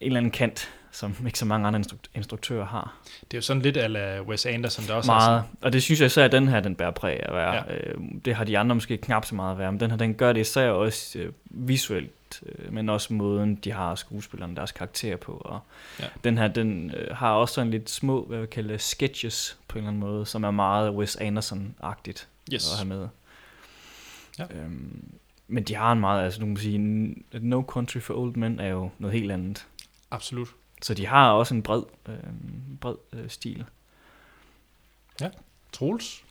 eller anden kant, som ikke så mange andre instruk- instruktører har.
Det er jo sådan lidt ala Wes Anderson, der også har
Meget. Og det synes jeg især, at den her, den bærer præg af at være.
Ja.
Ja. Øh, det har de andre måske knap så meget at være, men den her, den gør det især også øh, visuelt, øh, men også måden, de har skuespillerne deres karakter på. Og
Ja.
ja. den her, den øh, har også sådan lidt små, hvad vi kalder sketches på en eller anden måde, som er meget Wes Anderson-agtigt
Yes.
at have med.
Ja.
Øhm, men de har en meget, altså du kan sige, n- No Country for Old Men er jo noget helt andet.
Absolut.
Så de har også en bred, øh, bred øh, stil.
Troels?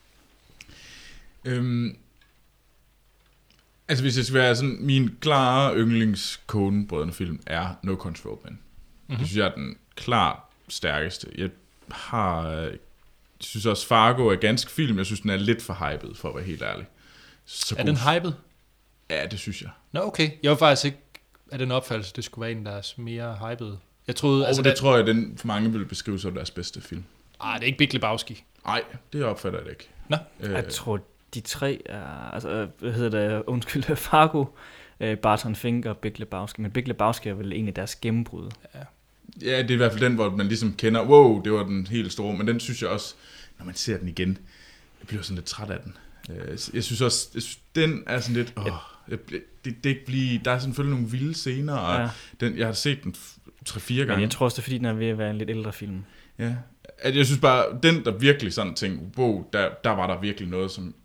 Øhm, altså hvis jeg skal være sådan, min klare yndlings Coen film er No Country for Old Men. Mm-hmm. Det synes jeg er den klart stærkeste. Jeg har, øh, jeg synes også Fargo er ganske film, jeg synes den er lidt for hyped, for at være helt ærlig. Så
Er
god-
den hyped?
Ja, det synes jeg.
Nå, okay. Jeg var faktisk ikke af den opfattelse, det skulle være en, der er mere hyped. Jeg troede,
Og altså, det den... tror jeg, den for mange vil beskrive som deres bedste film.
Ej, det er ikke Big Lebowski.
Nej, det opfatter jeg det ikke.
Nå.
Øh,
Jeg tror, de tre er, altså, øh, hvad hedder det, undskyld, Fargo, øh, Barton Fink og Big Lebowski, men Big Lebowski er vel egentlig deres gennembrud.
Ja, det er i hvert fald den, hvor man ligesom kender, wow, det var den helt store, men den synes jeg også, når man ser den igen, jeg bliver sådan lidt træt af den. Øh, Jeg synes også, jeg synes, den er sådan lidt, åh, jeg, bliver- det, det ikke blive, der er selvfølgelig nogle vilde scener, og ja.
Ja.
den, jeg har set den f- tre-fire
Men
gange.
jeg tror også, det er fordi, den er ved at være en lidt ældre film.
Ja. At jeg synes bare, den der virkelig sådan ting, wow, der, der var der virkelig noget, som,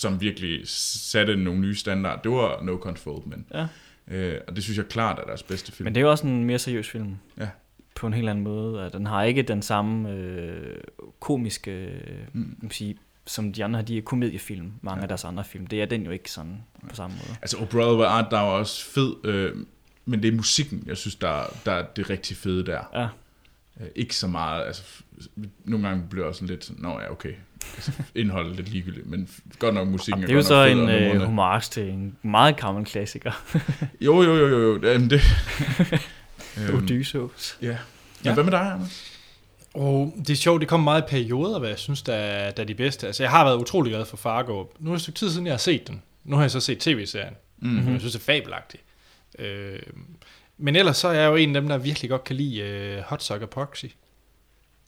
som virkelig satte nogle nye standarder, det var No Control, men...
Ja.
Øh, og det synes jeg klart er deres bedste film.
Men det er jo også en mere seriøs film.
Ja.
På en helt anden måde. Og den har ikke den samme øh, komiske, øh, mm. sige, som de andre har, de er komediefilm, mange ja. af deres andre film. Det er den jo ikke sådan på samme måde.
Altså, Oh Brother Where Art Thou er også fed, øh, men det er musikken, jeg synes, der, der er det rigtig fede der.
Ja.
Øh, ikke så meget, altså, f- nogle gange bliver jeg også sådan lidt, sådan, nå ja, okay, altså, indholdet er lidt ligegyldigt, men f- godt nok musikken
Det er jo
godt
så
nok fed,
en
og
øh,
numrene-
homage til en meget gammel klassiker,
Jo, jo, jo, jo, jo, jamen det... Øhm,
mm. Odysseus.
Ja.
Ja.
Men hvad med dig, Anders?
Og det er sjovt, det kom meget i perioder, hvad jeg synes, der, er- der er de bedste. Altså, jeg har været utrolig
Mm.
Mhm.
glad for Fargo. Nu er det et stykke tid siden, jeg har set den. Nu har jeg så set tv-serien, mm-hmm. jeg synes, det er fabelagtigt. Øh, men ellers så er jeg jo en af dem, der virkelig godt kan lide øh, Hot Soccer Proxy. Jeg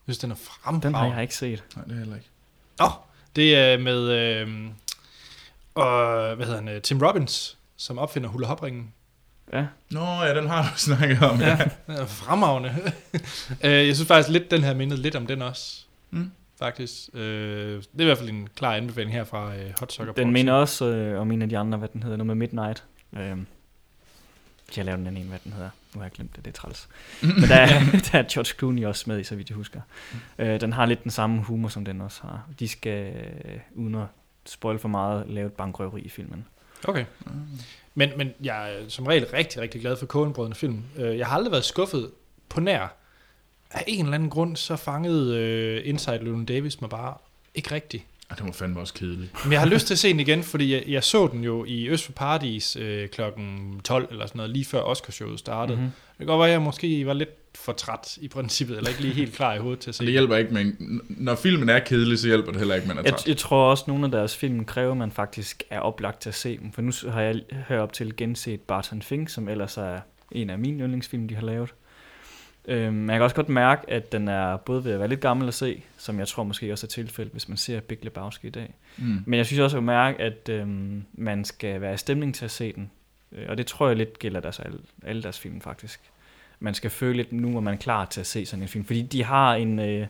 synes, den er fremragende.
Den har jeg ikke set.
Nej, det er heller ikke.
Nå, det er med øh, og, hvad hedder han, øh, Tim Robbins, som opfinder hula hopringen.
Ja.
Nå, ja, den har du snakket om. Ja.
Den er fremragende. øh, jeg synes faktisk lidt, den her mindede lidt om den også.
Mm.
Faktisk. Øh, det er i hvert fald en klar anbefaling her fra øh, Hot Soccer
Den
Proxy.
minder også øh, om en af de andre, hvad den hedder, noget med Midnight. Øhm, jeg lavede den anden en, hvad den hedder. Nu har jeg glemt det, det er træls. Men der, er- der er George Clooney også med i, så vidt jeg husker. Øh, den har lidt den samme humor, som den også har. De skal, øh, uden at spoil for meget, lave et bankrøveri i filmen.
Okay. Men, men jeg er som regel rigtig, rigtig glad for Coenbrødrene film. Øh, Jeg har aldrig været skuffet på nær. Af en eller anden grund, så fangede øh, Inside Llewyn Davis mig bare ikke rigtigt.
Ej, den var fandme også kedelig.
Men jeg har lyst til at se den igen, fordi jeg, jeg så den jo i Øst for Paradis øh, klokken 12 eller sådan noget, lige før Oscarshowet startede.
Mhm.
Mm-hmm. Det kan godt være, at jeg måske var lidt for træt i princippet, eller ikke lige helt klar i hovedet til at se
Det
den.
hjælper ikke, men n- når filmen er kedelig, så hjælper det heller ikke, man er
Jeg,
træt.
jeg tror også, at nogle af deres film kræver, at man faktisk er oplagt til at se dem. For nu s- har jeg herop til genset Barton Fink, som ellers er en af mine yndlingsfilm, de har lavet. Øhm, men jeg kan også godt mærke, at den er både ved at være lidt gammel at se, som jeg tror måske også er tilfældet, hvis man ser Big Lebowski i dag.
Mm.
Men jeg synes også at mærke, at øhm, man skal være i stemning til at se den. Øh, Og det tror jeg lidt gælder deres, alle, alle deres film faktisk. Man skal føle lidt nu, hvor man er klar til at se sådan en film. Fordi de har en... Øh,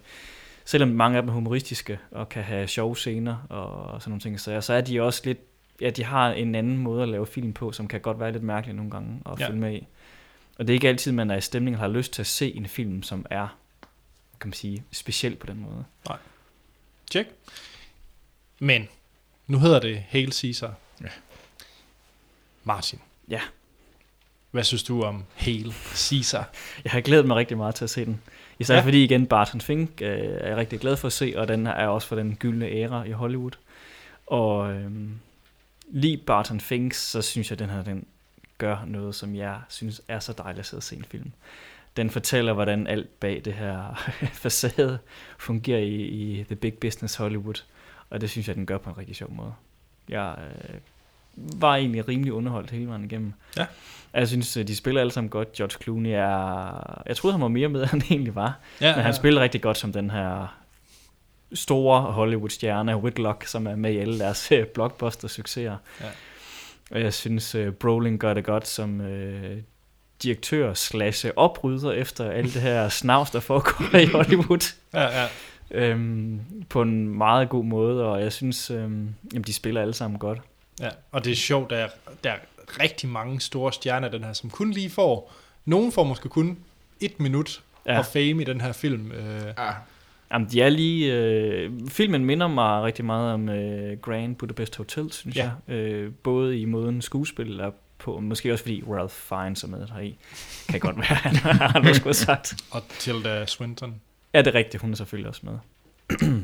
selvom mange af dem er humoristiske og kan have sjove scener og sådan nogle ting, så, så er de også lidt... Ja, de har en anden måde at lave film på, som kan godt være lidt mærkelig nogle gange at
Ja.
ja. følge med i. Og det er ikke altid, man er i stemning og har lyst til at se en film, som er kan man sige, speciel på den måde.
Check. Men nu hedder det Hail Caesar.
Ja.
Martin,
Ja,
hvad synes du om Hail Caesar?
Jeg har glædet mig rigtig meget til at se den. Især
Ja.
ja. fordi igen, Barton Fink øh, er jeg rigtig glad for at se, og den er også for den gyldne æra i Hollywood. Og øh, lige Barton Fink, så synes jeg, den her den gør noget, som jeg synes er så dejligt at sidde og se en film. Den fortæller, hvordan alt bag det her facade fungerer i, i The Big Business Hollywood. Og det synes jeg, den gør på en rigtig sjov måde. Jeg øh, var egentlig rimelig underholdt hele vejen igennem. Jeg synes, øh, de spiller alle sammen godt. George Clooney er... Jeg troede, han var mere med, end han egentlig var.
Ja,
Men
ja.
han spiller rigtig godt som den her store Hollywood-stjerne, Whitlock, som er med i alle deres øh, blockbuster-succeser.
Ja.
Og jeg synes, øh, Brolin gør det godt som øh, direktør slash oprydder efter alt det her snavs, der foregår i Hollywood
Ja, ja.
øhm, på en meget god måde, og jeg synes, øhm, jamen, de spiller alle sammen godt.
Ja, og det er sjovt, der er, der er rigtig mange store stjerner i den her, som kun lige får, nogen får måske kun et minut ja.
Ja.
og fame i den her film. Øh,
Ah,
Jamen, de er lige... Øh, filmen minder mig rigtig meget om øh, Grand Budapest Hotel, synes
Ja.
ja. jeg. Øh, både i måden skuespillet er på, og måske også fordi Ralph Fiennes er med heri. Kan godt være, han har noget skulle have sagt.
og Tilda Swinton.
Ja, det er rigtigt. Hun er selvfølgelig også med.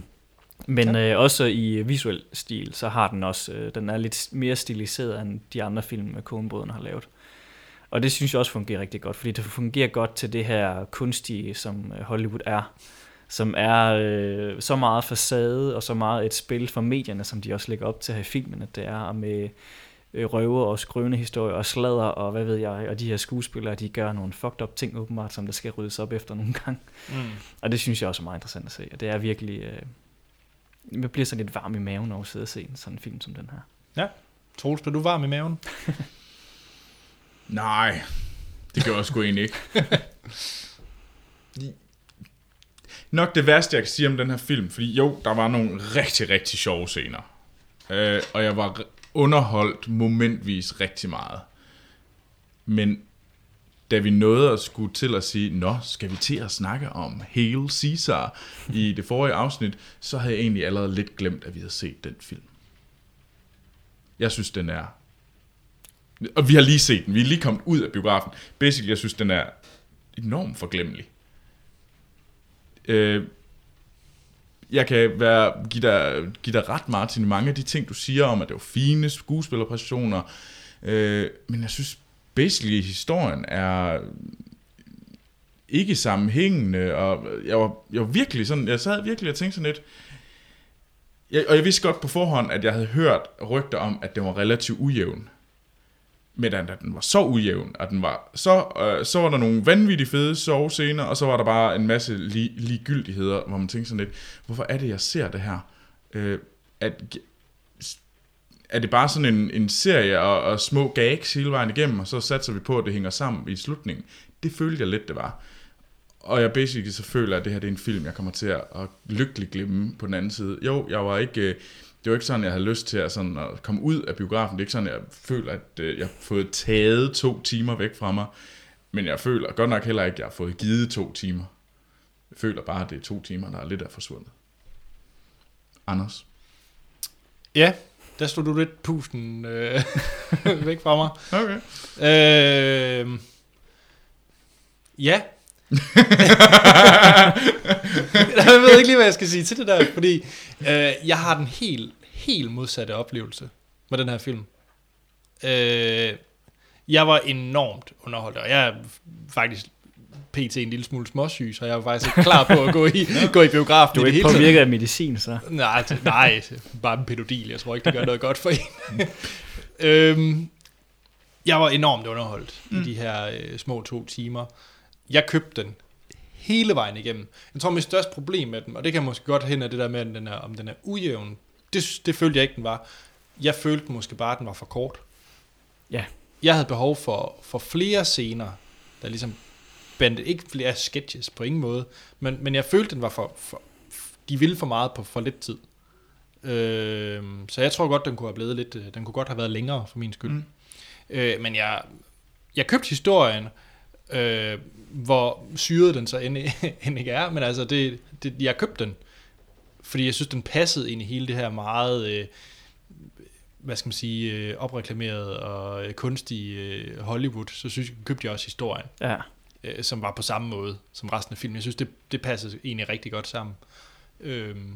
Men øh, også i visuel stil, så har den også, øh, den er lidt mere stiliseret end de andre film, Kogenbrødrene har lavet. Og det synes jeg også fungerer rigtig godt, fordi det fungerer godt til det her kunstige, som øh, Hollywood er. Som er øh, så meget facade og så meget et spil for medierne, som de også lægger op til her i filmen, at det er og med øh, røver og skrøne historier og sladder og hvad ved jeg, og de her skuespillere, de gør nogle fucked up ting åbenbart, som der skal ryddes op efter nogle gange. Og det synes jeg også er meget interessant at se. Og det er virkelig... Øh, man bliver sådan lidt varm i maven over at sidde og se en sådan en film som den her.
Ja, Troels, blev du varm i maven?
nej, det gør jeg sgu egentlig ikke. Nok det værste, jeg kan sige om den her film, fordi jo, der var nogle rigtig, rigtig sjove scener. Øh, og jeg var r- underholdt momentvis rigtig meget. Men da vi nåede at skulle til at sige, nå, skal vi til at snakke om Hail Caesar i det forrige afsnit, så havde jeg egentlig allerede lidt glemt, at vi havde set den film. Jeg synes, den er... Og vi har lige set den. Vi er lige kommet ud af biografen. Basically, jeg synes, den er enormt forglemmelig. Øh, jeg kan være, give, dig, give dig ret, Martin, i mange af de ting, du siger om, at det var fine skuespillerpræstationer. Øh, men jeg synes, basically, historien er ikke sammenhængende, og jeg var, jeg var virkelig sådan, jeg sad virkelig og tænkte sådan lidt, jeg, og jeg vidste godt på forhånd, at jeg havde hørt rygter om, at den var relativt ujævn. Men da, da den var så ujævn, og den var så, øh, så var der nogle vanvittigt fede sovescener, og så var der bare en masse li- ligegyldigheder, hvor man tænkte sådan lidt, hvorfor er det, jeg ser det her? Øh, at, er det bare sådan en, en serie og, og små gags hele vejen igennem, og så satser vi på, at det hænger sammen i slutningen? Det følte jeg lidt, det var. Og jeg basically så føler, at det her det er en film, jeg kommer til at, at lykkeligt glemme på den anden side. Jo, jeg var ikke... øh, Det var ikke sådan, jeg havde lyst til at, sådan, at komme ud af biografen. Det er ikke sådan, jeg føler, at øh, jeg har fået taget to timer væk fra mig. Men jeg føler godt nok heller ikke, at jeg har fået givet to timer. Jeg føler bare, at det er to timer, der er lidt af forsvundet. Anders?
Ja, der slog du lidt pusten øh, væk fra mig.
Okay.
Øh, ja. jeg ved ikke lige, hvad jeg skal sige til det der, fordi øh, jeg har den helt, helt modsatte oplevelse med den her film. Øh, jeg var enormt underholdt, og jeg er faktisk pt. en lille smule småsyg, så jeg var faktisk ikke klar på at gå i, gå i biografen
Du
i
er
det
ikke
hele taget.
påvirket af medicin, så.
Nej, det- nej, bare en pædofil. Jeg tror ikke, det gør noget godt for en. øhm, jeg var enormt underholdt mm. i de her øh, små to timer. Jeg købte den hele vejen igennem. Jeg tror, mit største problem med den, og det kan måske godt hen af det der med, at den er, om den er ujævn, det, sy- det følte jeg ikke, den var. Jeg følte måske bare, at den var for kort.
Ja.
Jeg havde behov for, for flere scener, der ligesom bandt ikke flere sketches på ingen måde, men, men jeg følte, den var for, for, de ville for meget på for lidt tid. Øh, så jeg tror godt, den kunne have blevet lidt, øh, den kunne godt have været længere for min skyld. Mm. Øh, men jeg, jeg købte historien, øh, hvor syret den så end, end ikke er, men altså, det, det, jeg købte den, fordi jeg synes, den passede ind i hele det her meget, øh, hvad skal man sige, øh, opreklamerede og øh, kunstige øh, Hollywood, så synes jeg, købte jeg også historien
Ja.
øh, som var på samme måde som resten af filmen. Jeg synes, det, det passer egentlig rigtig godt sammen. Øhm,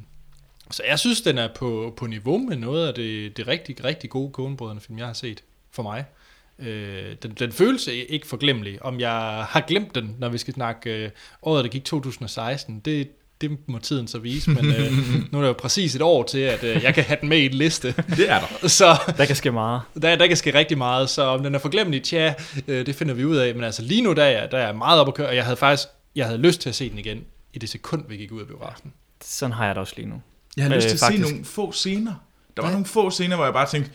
så jeg synes, den er på, på niveau med noget af det, det rigtig, rigtig gode Coen-brødrene film, jeg har set for mig. Øh, den, den føles i- ikke forglemmelig. Om jeg har glemt den, når vi skal snakke øh, året, der gik 2016, det, det må tiden så vise, men øh, nu er der jo præcis et år til, at øh, jeg kan have den med i en liste.
Det er der.
Så
Der kan ske meget.
der, der kan ske rigtig meget, så om den er forglemmelig, tja, øh, det finder vi ud af. Men altså lige nu, der er, jeg- der er jeg meget oppe at køre, og jeg havde faktisk jeg havde lyst til at se den igen, i det sekund, vi gik ud af biografen.
Sådan har jeg det også lige nu.
Jeg har
Øh,
lyst til at se
faktisk.
nogle få scener. Der var nogle få scener, hvor jeg bare tænkte,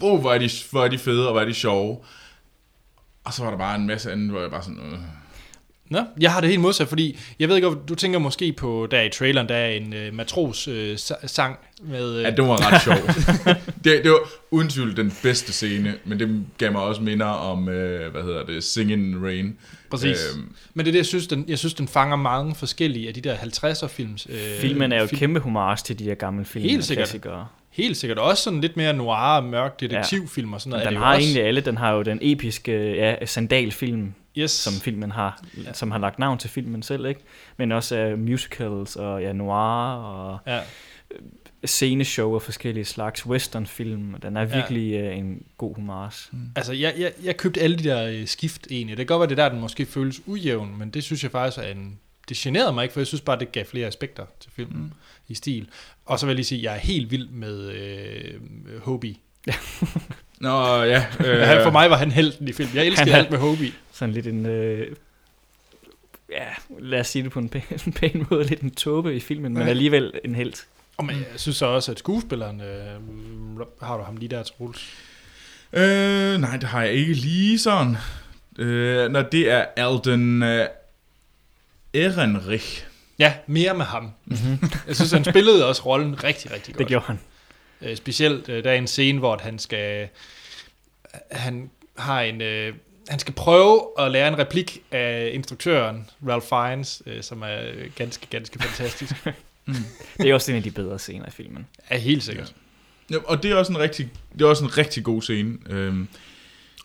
oh, hvor, er de, hvor er de fede, og hvor er de sjove. Og så var der bare en masse andet, hvor jeg bare sådan, øh.
Nå, jeg har det helt modsat, fordi jeg ved ikke, om du tænker måske på, der i traileren, der er en øh, matros øh, sa- sang med... Øh,
ja, det var ret sjovt. det, det var uden tvivl den bedste scene, men det gav mig også minder om, øh, hvad hedder det, Sing in the Rain.
præcis. Øh,
Øhm,
Men det er det, jeg synes, den, jeg synes, den fanger mange forskellige af de der 50'er films. Øh,
Filmen er jo et
film-
kæmpe homage til de her gamle film
Helt
og
sikkert.
klassikere.
Helt sikkert. Også sådan lidt mere noir og mørk detektivfilm og sådan noget. er
Den
det jo
har
også.
egentlig alle. Den har jo den episke ja, sandalfilm,
yes.
som filmen har, ja. som har lagt navn til filmen selv, ikke? Men også uh, musicals og ja, noir og
Ja.
sceneshow af forskellige slags westernfilm. Den er virkelig ja. en god homage. Mm.
Altså, jeg, jeg, jeg købte alle de der øh, skift egentlig. Det kan godt være, det er der, den måske føles ujævn, men det synes jeg faktisk er en... Det generede mig ikke, for jeg synes bare, det gav flere aspekter til filmen mm. i stil. Og så vil jeg lige sige, at jeg er helt vild med øh, Hobie.
Nå, ja. Øh,
Øh. Han, for mig var han helten i filmen. Jeg elskede
Han er-
alt med Hobie.
Sådan lidt en... Øh, ja, lad os sige det på en pæn, en pæn måde, lidt en tåbe i filmen, men
Ja.
alligevel en helt.
Og men, jeg synes så også, at skuespilleren... Øh, har du ham lige der, Troels?
Øh, nej, det har jeg ikke lige sådan. Øh, når det er Alden øh, Ehrenreich.
Ja, mere med ham. Mm-hmm. Jeg synes, han spillede også rollen rigtig, rigtig godt.
Det gjorde han.
Øh, specielt øh, der er en scene, hvor at han skal han har en øh, han skal prøve at lære en replik af instruktøren Ralph Fiennes, øh, som er øh, ganske ganske fantastisk.
Det er også en af de bedre scener i filmen.
er helt sikkert.
Ja, og det er også en rigtig, det er også en rigtig god scene. Øhm,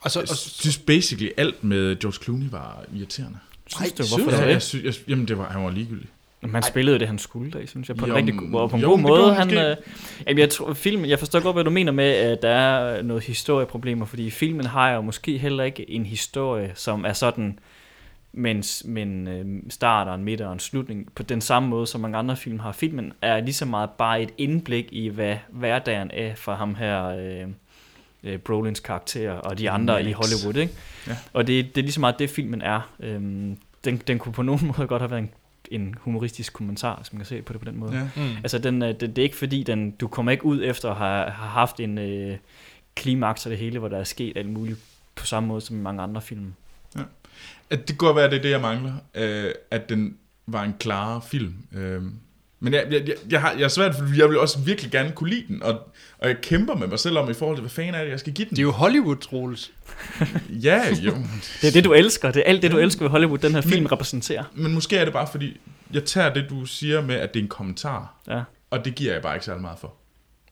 Og så,
jeg
og,
synes basically alt med George Clooney var irriterende.
Synes
Ej,
du,
synes
hvorfor
Jeg,
det?
jeg synes, jeg, jamen det var, han var ligegyldig.
Man spillede jo det, han skulle, der, synes jeg, på en,
Jo,
jo, rigtig, go- og på en
jo,
jo, god
det gjorde
måde.
han
Han,
måske.
øh, jamen, jeg, tror, film, jeg forstår godt, hvad du mener med, at der er noget historieproblemer, fordi filmen har jo måske heller ikke en historie, som er sådan, mens, men øh, starter en midt og en slutning, på den samme måde, som mange andre film har. Filmen er lige så meget bare et indblik i, hvad hverdagen er for ham her, øh, øh, Brolins karakter og de andre
Max.
i Hollywood. Ikke?
Ja.
Og det, det er lige så meget det, filmen er. Øhm, den, den kunne på nogen måde godt have været en, en humoristisk kommentar, hvis man kan se på det på den måde.
Ja.
Mm.
Altså, den, øh, det, det er ikke fordi, den, du kommer ikke ud efter at have, have haft en øh, klimaks og det hele, hvor der er sket alt muligt på samme måde som i mange andre film.
At det kan godt være, at det er det, jeg mangler. Øh, at den var en klarere film. Øh, men jeg, jeg, jeg, jeg, har, jeg er svært, fordi jeg vil også virkelig gerne kunne lide den. Og, og jeg kæmper med mig selv om i forhold til, hvad fanden er det, jeg skal give den?
Det er jo Hollywood, Troels.
Ja, jo.
Det er det, du elsker. Det er alt det, du elsker ved Hollywood, den her film repræsenterer.
Men måske er det bare, fordi jeg tager det, du siger med, at det er en kommentar.
Ja.
Og det giver jeg bare ikke særlig meget for.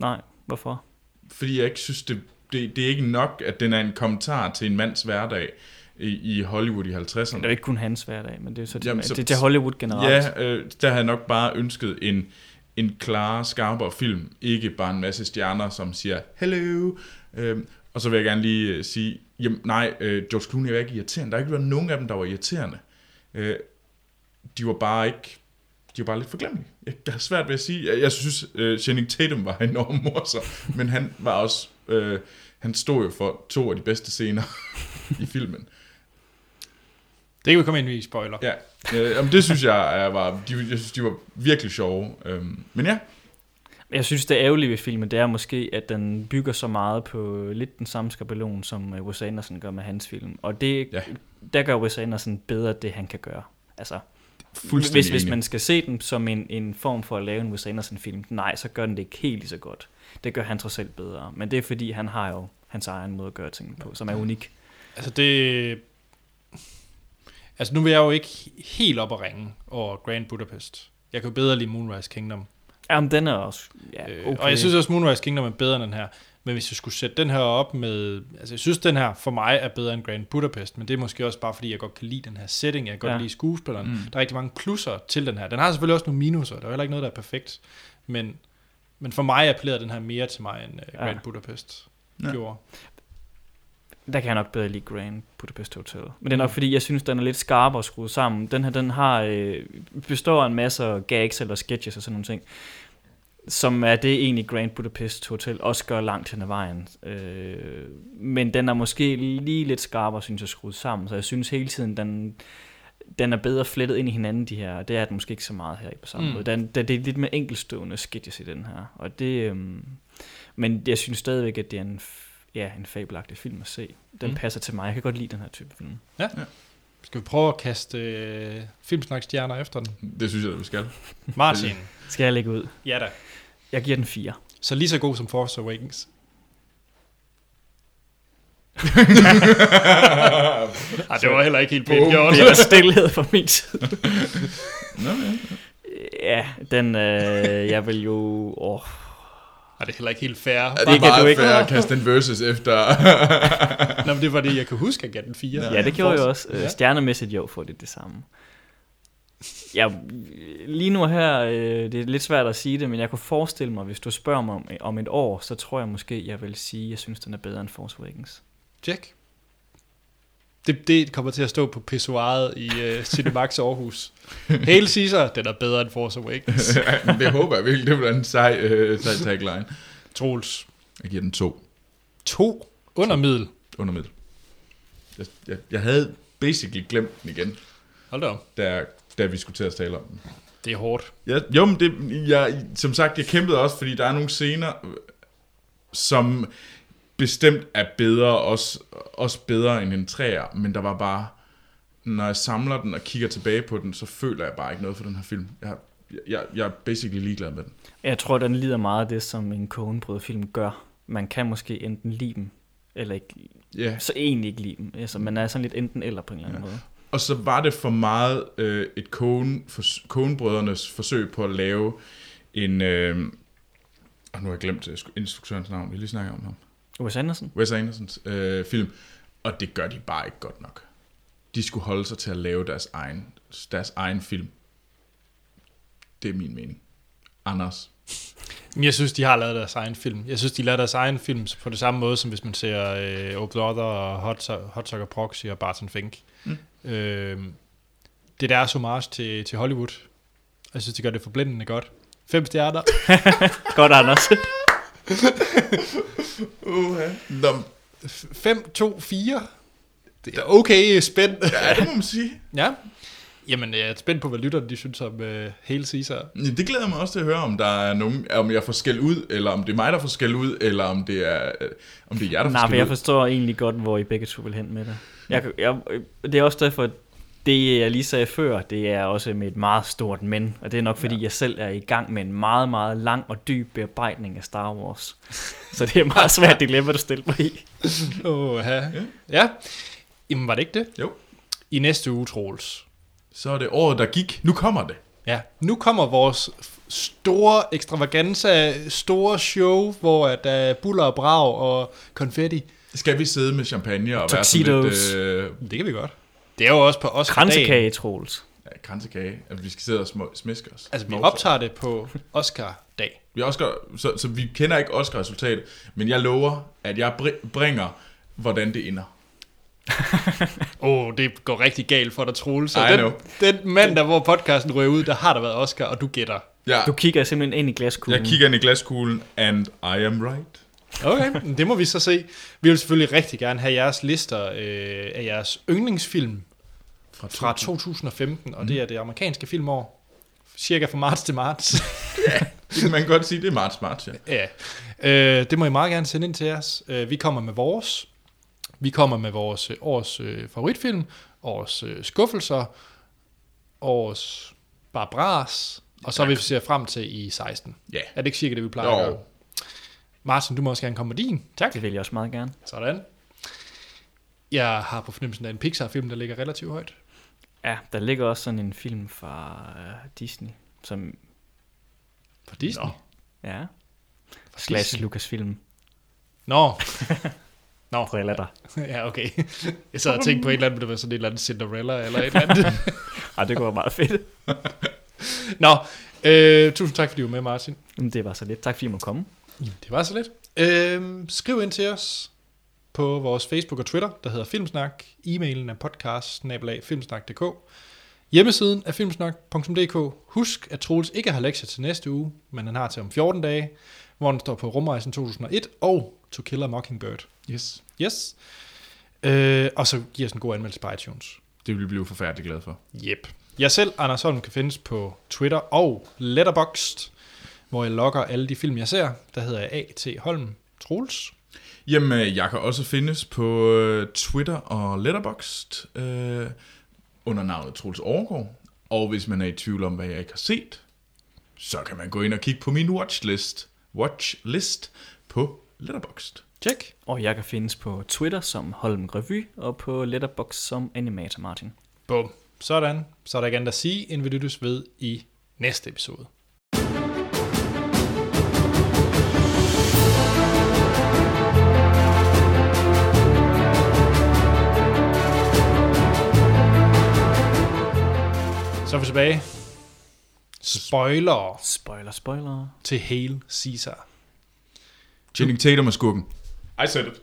Nej, hvorfor?
Fordi jeg ikke synes, det, det, det er ikke nok, at den er en kommentar til en mands hverdag i, i Hollywood i 50'erne.
Det er jo ikke kun hans hverdag, men det er jo så, det,
Jamen,
Jamen,
så-
så det er til Hollywood generelt.
Ja, øh, der havde jeg nok bare ønsket en, en klar, skarpere film. Ikke bare en masse stjerner, som siger, hello. Øhm, og så vil jeg gerne lige øh, sige, jamen nej, øh, George Clooney var ikke irriterende. Der er ikke været nogen af dem, der var irriterende. Øh, de var bare ikke de var bare lidt forglemmelige. Jeg jeg har svært ved at sige. Jeg, jeg synes, øh, Channing Tatum var enormt morsom, men han var også... Øh, han stod jo for to af de bedste scener i filmen.
Det kan vi komme ind i spoiler.
Ja, øh, jamen det synes jeg er, var, de, jeg synes, de var virkelig sjove. Øhm, men ja,
Jeg synes, det ærgerlige ved filmen, det er måske, at den bygger så meget på lidt den samme skabelon, som øh, Wes Anderson gør med hans film. Og det,
Ja.
ja. der gør Wes Anderson bedre det, han kan gøre. Altså,
fuldstændig
hvis, hvis
enig.
man skal se den som en, en form for at lave en Wes Anderson-film, nej, så gør den det ikke helt lige så godt. Det gør han trods alt bedre. Men det er fordi, han har jo hans egen måde at gøre tingene på, som er unik.
Altså det... Altså nu vil jeg jo ikke helt op og ringe over Grand Budapest. Jeg kan jo bedre lide Moonrise Kingdom.
Jamen, den er også ja,
Øh,
okay.
Og jeg synes også, Moonrise Kingdom er bedre end den her. Men hvis jeg skulle sætte den her op med... Altså jeg synes, den her for mig er bedre end Grand Budapest, men det er måske også bare, fordi jeg godt kan lide den her setting, jeg kan godt ja.
Ja.
lide skuespilleren. Mm. Der er rigtig mange plusser til den her. Den har selvfølgelig også nogle minuser, der er heller ikke noget, der er perfekt. Men, men for mig appellerer den her mere til mig, end øh,
Ja.
Grand Budapest
Ja.
gjorde.
Der kan jeg nok bedre lide Grand Budapest Hotel. Men det er nok fordi, jeg synes, den er lidt skarpere skruet sammen. Den her, den har, øh, består af en masse gags eller sketches og sådan nogle ting, som er det egentlig Grand Budapest Hotel også gør langt hen ad vejen. Øh, men den er måske lige lidt skarpere, synes jeg, skruet sammen. Så jeg synes hele tiden, den, den er bedre flettet ind i hinanden, de her. Det er den måske ikke så meget her i på samme
Mm.
mm. måde. Den, den, det er lidt mere enkelstående sketches i den her. Og det, øhm, men jeg synes stadigvæk, at det er en, f- ja, en fabelagtig film at se.
Mm.
Den mm. passer til mig. Jeg kan godt lide den her type film.
Skal vi prøve at kaste øh, filmsnakstjerner efter den?
Det synes jeg, da, vi skal.
Martin.
Skal jeg lægge ud?
Ja da.
Jeg giver den 4.
Så lige så god som Force Awakens. Ej, det var heller ikke helt pænt gjort.
Det er stillhed fra min side.
Nå, ja.
Ja, den, øh, jeg vil jo... Åh,
Ej, det er heller ikke helt fair.
Er
Bare-
det
kan
bare
du ikke.
fair at kaste en versus efter...
Nå, men det var det, jeg kan huske, at jeg gav den 4.
ja, det gjorde jeg
Force-
også.
Ja.
Øh, stjernemæssigt jo får det det samme. Jeg, lige nu her, øh, det er lidt svært at sige det, men jeg kunne forestille mig, hvis du spørger mig om, øh, om et år, så tror jeg måske, jeg vil sige, at jeg synes, den er bedre end Force Awakens.
Check. Det, det kommer til at stå på pissoiret i uh, Cinemax Aarhus. Hail Caesar, den er bedre end Force Awakens.
Men det håber jeg virkelig, det bliver en sej, øh, sej tagline.
Troels.
Jeg giver den to
To under middel.
under middel. Jeg, jeg, jeg havde basically glemt den igen,
Hold da op.
da, da vi skulle til at tale om den.
Det er hårdt.
Ja, jo, men det, jeg, som sagt, jeg kæmpede også, fordi der er nogle scener, øh, som bestemt er bedre, også, også bedre end en træer, men der var bare, når jeg samler den og kigger tilbage på den, så føler jeg bare ikke noget for den her film. Jeg, jeg, jeg er basically ligeglad med den.
Jeg tror, den lider meget af det, som en kogenbrødfilm gør. Man kan måske enten lide dem, eller ikke,
Ja.
så egentlig ikke lide dem. Altså, man er sådan lidt enten eller på en eller anden ja. måde.
Og så var det for meget øh, et Coen, for, Coen-brødrenes forsøg på at lave en... Øh, og nu har jeg glemt øh, instruktørens navn, vi lige snakker om ham.
Wes Anderson?
Wes Andersons øh, film, og det gør de bare ikke godt nok. De skulle holde sig til at lave deres egen, deres egen film. Det er min mening. Anders.
Men jeg synes, de har lavet deres egen film. Jeg synes, de laver deres egen film på det samme måde, som hvis man ser øh, Old Brother og Hot, Su- Hot Sucker Proxy og Barton Fink. Mm. Øh, det er deres homage til, til Hollywood. Og Jeg synes, de gør det forblændende godt. Fem stjerner.
Godt, Anders.
Uh-huh. Nå, men,
5, 2, 4. Det er okay spændt.
ja, det må man sige.
Ja. Jamen, jeg er spændt på, hvad lytterne de synes om øh, hele Caesar.
Ja, Det glæder jeg mig også til at høre, om der er nogen, om jeg får skæld ud, eller om det er mig, der får skæld ud, eller om det er, øh, om det er jer, der får
Nej,
skæld
men jeg
ud.
forstår egentlig godt, hvor I begge to vil hen med det. Jeg, kan- jeg, det er også derfor, at det jeg lige sagde før, det er også med et meget stort men. Og det er nok fordi, ja. jeg selv er i gang med en meget, meget lang og dyb bearbejdning af Star Wars. Så det er et meget svært dilemma, du stiller mig i.
Åh, ja. ja. Jamen, var det ikke det?
Jo,
I næste uge, Troels.
så er det året, der gik. Nu kommer det.
Ja, nu kommer vores f- store ekstravaganza, store show, hvor at, der er buller og brag og konfetti.
Skal vi sidde med champagne og være
Tuxedos.
sådan lidt... Øh,
Det kan vi godt. Det er jo også på os
Kransekage, Troels.
ja, kransekage. Altså, vi skal sidde og små, smiske os.
Altså, vi
Smovse.
optager det på Oscar-dag.
Vi er Oscar, så, så vi kender ikke Oscar-resultatet, men jeg lover, at jeg br- bringer, hvordan det ender.
Åh, oh, det går rigtig galt for dig, Troels.
I
Så den,
know.
den mandag, hvor podcasten rører ud, der har der været Oscar, og du gætter.
Ja,
Du kigger simpelthen ind i glaskuglen.
jeg kigger ind i glaskuglen, and I am right.
Okay, men det må vi så se. Vi vil selvfølgelig rigtig gerne have jeres lister øh, af jeres yndlingsfilm
Fra,
fra 2015, og det er det amerikanske filmår. Cirka fra marts til marts.
Det kan man godt sige, det er meget smart, ja.
Ja, øh, det må I meget gerne sende ind til os. Øh, vi kommer med vores. Vi kommer med vores øh, års øh, favoritfilm, års øh, skuffelser, års barbras, og så vil vi se frem til i 16.
Ja.
Er det ikke cirka det, vi plejer at
Jo.
gøre? Martin, du må også gerne komme med din. Tak.
Det vil jeg også meget gerne.
Sådan. Jeg har på fornemmelsen, at en Pixar-film, der ligger relativt højt.
Ja, der ligger også sådan en film fra øh, Disney, som...
På Disney. Nå.
Ja. Slash
Disney.
Lucasfilm.
Nå.
Nå, briller der.
Ja, okay. Jeg sad og tænkte på et eller andet, men det var sådan et eller andet Cinderella eller et eller andet.
Ej, det går meget fedt.
Nå, øh, tusind tak, fordi du var med, Martin.
Jamen, det var så lidt. Tak fordi I måtte komme.
Det var så lidt. Øh, skriv ind til os på vores Facebook og Twitter, der hedder Filmsnak. E-mailen er podcast filmsnak.dk. Hjemmesiden er filmsnak.dk. Husk, at Troels ikke har lektier til næste uge, men han har til om 14 dage, hvor han står på Rumrejsen 2001 og To Kill a Mockingbird.
Yes.
Yes. Øh, og så giver os en god anmeldelse på iTunes.
Det vil vi blive forfærdeligt glade for.
Yep. Jeg selv, Anders Holm, kan findes på Twitter og Letterboxd, hvor jeg logger alle de film, jeg ser. Der hedder jeg A.T. Holm Troels.
Jamen, øh, jeg kan også findes på øh, Twitter og Letterboxd øh, under navnet Troels Overgaard. Og hvis man er i tvivl om, hvad jeg ikke har set, så kan man gå ind og kigge på min watchlist, watchlist på Letterboxd.
Tjek.
Og jeg kan findes på Twitter som Holm Revy og på Letterbox som Animator Martin.
Bum. Sådan. Så er der ikke andet at sige, end vi lyttes ved i næste episode. Så er vi tilbage. Spoiler
Spoiler, spoiler.
til Hail Caesar.
Channing Tatum er skurken. I said it.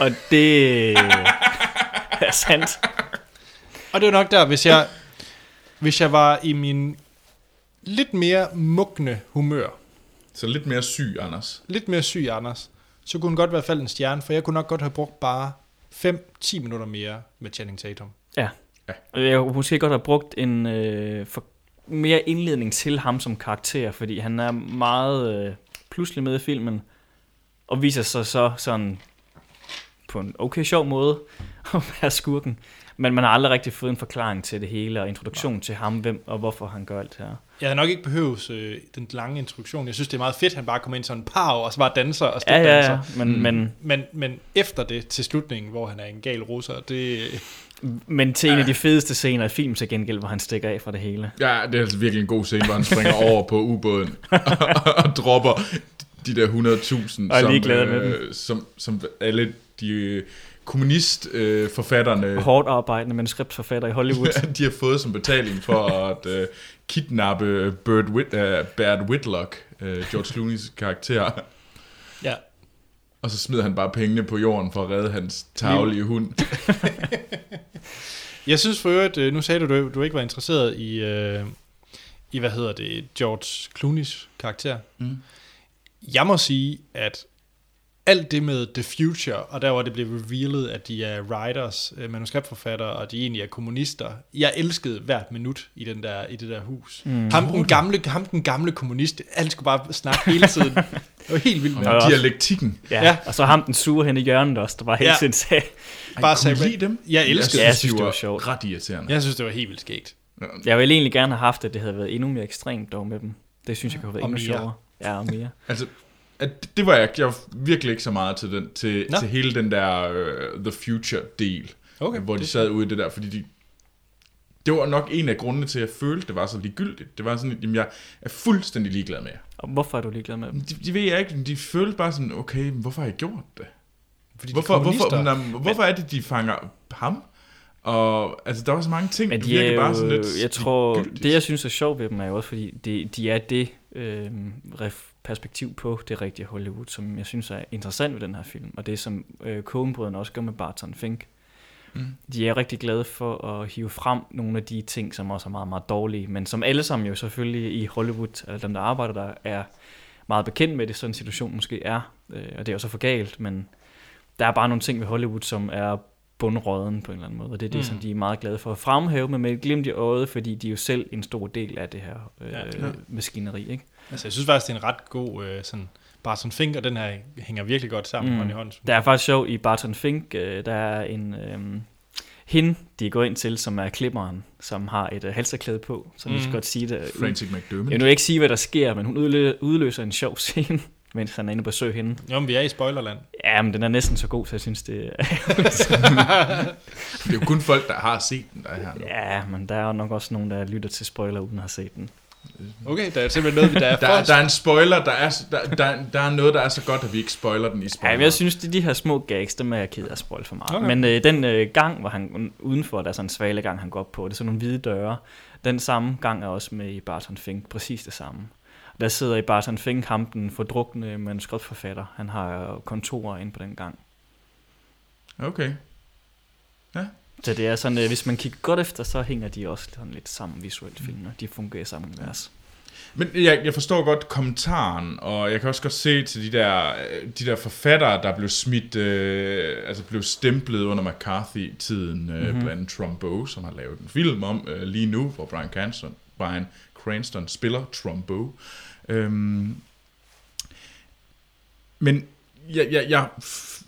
Og det er sandt.
Og det er nok der, hvis jeg, hvis jeg var i min lidt mere mugne humør,
Så lidt mere syg, Anders.
lidt mere syg, Anders, så kunne hun godt være faldet en stjerne, for jeg kunne nok godt have brugt bare 5-10 minutter mere med Channing Tatum.
Ja.
Ja.
Og Jeg kunne måske godt have brugt en øh, for mere indledning til ham som karakter, fordi han er meget øh, pludselig med i filmen, og viser sig så sådan på en okay sjov måde at være skurken. Men man har aldrig rigtig fået en forklaring til det hele, og introduktion til ham, hvem og hvorfor han gør alt det her.
Jeg havde nok ikke behøvet øh, den lange introduktion. Jeg synes, det er meget fedt, at han bare kom ind sådan en par og så var danser og
Ja, ja, ja.
stepdanser.
Men, mm. men
Men, men efter det til slutningen, hvor han er en gal russer, det...
Men til en af de fedeste scener i film til gengæld, hvor han stikker af fra det hele.
Ja, det er altså virkelig en god scene, hvor han springer over på ubåden og dropper de der 100.000,
Og er ligeglad med
øh, som, som alle de øh, kommunistforfatterne, øh,
Hårdt arbejdende manuskriptforfatter i Hollywood.
forfatterne, de har fået som betaling for at øh, kidnappe Bert Whit, øh, Bert Whitlock, øh, George Clooney's karakter.
Ja.
Og så smider han bare pengene på jorden for at redde hans tavlige hund.
Jeg synes for øvrigt, øh, nu sagde du, du, du ikke var interesseret i, øh, i hvad hedder det, George Clooney's karakter. Mm. Jeg må sige, at alt det med The Future, og der hvor det blev revealet, at de er writers, øh, manuskriptforfattere, og de egentlig er kommunister. Jeg elskede hvert minut i, den der, i det der hus. Mm. Ham, den gamle, ham den gamle kommunist, han skulle bare snakke hele tiden. Det var helt vildt.
Om
med
også-
dialektikken.
Ja.
Ja.
ja. Og så ham den sure hen i hjørnet også, der bare hele
Ja.
tiden sagde,
Bare
Kunne
sagde,
du lide dem?
Jeg elskede jeg
jeg
Ja, jeg synes,
synes,
det var
var
sjovt.
ret irriterende.
Jeg synes, det var helt vildt skægt.
jeg ville egentlig gerne have haft, at det havde været endnu mere ekstremt dog med dem. Det synes jeg kunne have været
Og
endnu
mere.
sjovere. Ja, og mere.
Altså, at det var jeg, jeg var virkelig ikke så meget til, den, til,
Nå.
til hele den der uh, The Future-del,
Okay,
hvor de
det-
sad ude i det der, fordi de, det var nok en af grundene til, at jeg følte, det var så ligegyldigt. Det var sådan, at jamen, jeg er fuldstændig ligeglad med jer.
Og hvorfor er du ligeglad med dem?
De, de ved jeg ikke, men de følte bare sådan, okay, men hvorfor har jeg gjort det?
Fordi de
Hvorfor,
kommunister-
hvorfor, nej, hvorfor er det, de fanger ham? Og altså, der var så mange ting,
Men
det
de er
virkede
jo,
bare sådan lidt
jeg tror,
ligegyldigt.
det jeg synes er sjovt ved dem er jo også, fordi de, de er det øh, ref- perspektiv på det rigtige Hollywood, som jeg synes er interessant ved den her film, og det som øh, Coenbrødrene også gør med Barton Fink. Mm. De er rigtig glade for at hive frem nogle af de ting, som også er meget, meget dårlige, men som alle sammen jo selvfølgelig i Hollywood, eller dem der arbejder der, er meget bekendt med det, sådan situation måske er, øh, og det er jo så for galt, men der er bare nogle ting ved Hollywood, som er bundråden på en eller anden måde, og det er
Mm.
det, mm. som de er meget glade for at fremhæve, men med et glimt i øjet, fordi de er jo selv en stor del af det her øh,
Ja,
ja,
klart.
maskineri, ikke?
Altså, jeg synes faktisk, det er en ret god øh, sådan, bare sådan finger, den her hænger virkelig godt sammen mm.
Mm.
hånd i hånd.
Der er faktisk sjov i Barton Fink, øh, der er en øh, hende, de går ind til, som er klipperen, som har et øh, halserklæde på, så vi
Mm.
skal godt sige det.
Frantic McDermott.
Jeg vil nu ikke sige, hvad der sker, men hun udlø- udløser en sjov scene, mens han er inde på søg hende.
Jo, men vi er i spoilerland.
Ja, men den er næsten så god, så jeg synes, det
Det er jo kun folk, der har set den, der er her nu.
Ja, men der er jo nok også nogen, der lytter til spoiler, uden at have set den.
Okay, der er simpelthen noget, der er
Der,
for...
der er en spoiler, der er, s- der, der, der er noget, der er så godt, at vi ikke spoiler den i
Ja,
spoiler.
men jeg synes, det er de her små gags, dem er jeg ked af at spoil for meget.
Okay.
Okay. Men øh, den øh, gang, hvor han udenfor, der er sådan en svale gang, han går op på, det er sådan nogle hvide døre. Den samme gang er også med i Barton Fink, præcis det samme. Der sidder i Barton Fink ham, den fordrukne manuskriptforfatter. Han har øh, kontorer inde på den gang.
Okay.
Så det er sådan, øh, hvis man kigger godt efter, så hænger de også sådan lidt sammen visuelt filmene. De fungerer i samme univers.
Men jeg, jeg forstår godt kommentaren, og jeg kan også godt se til de der, øh, de der forfattere, der blev smidt, øh, altså blev stemplet under McCarthy-tiden,
Mhm.
øh, mm-hmm. blandt andet Trumbo, som har lavet en film om øh, lige nu, hvor Brian Cranston, Brian Cranston spiller Trumbo. Øhm, men jeg, jeg, jeg, f-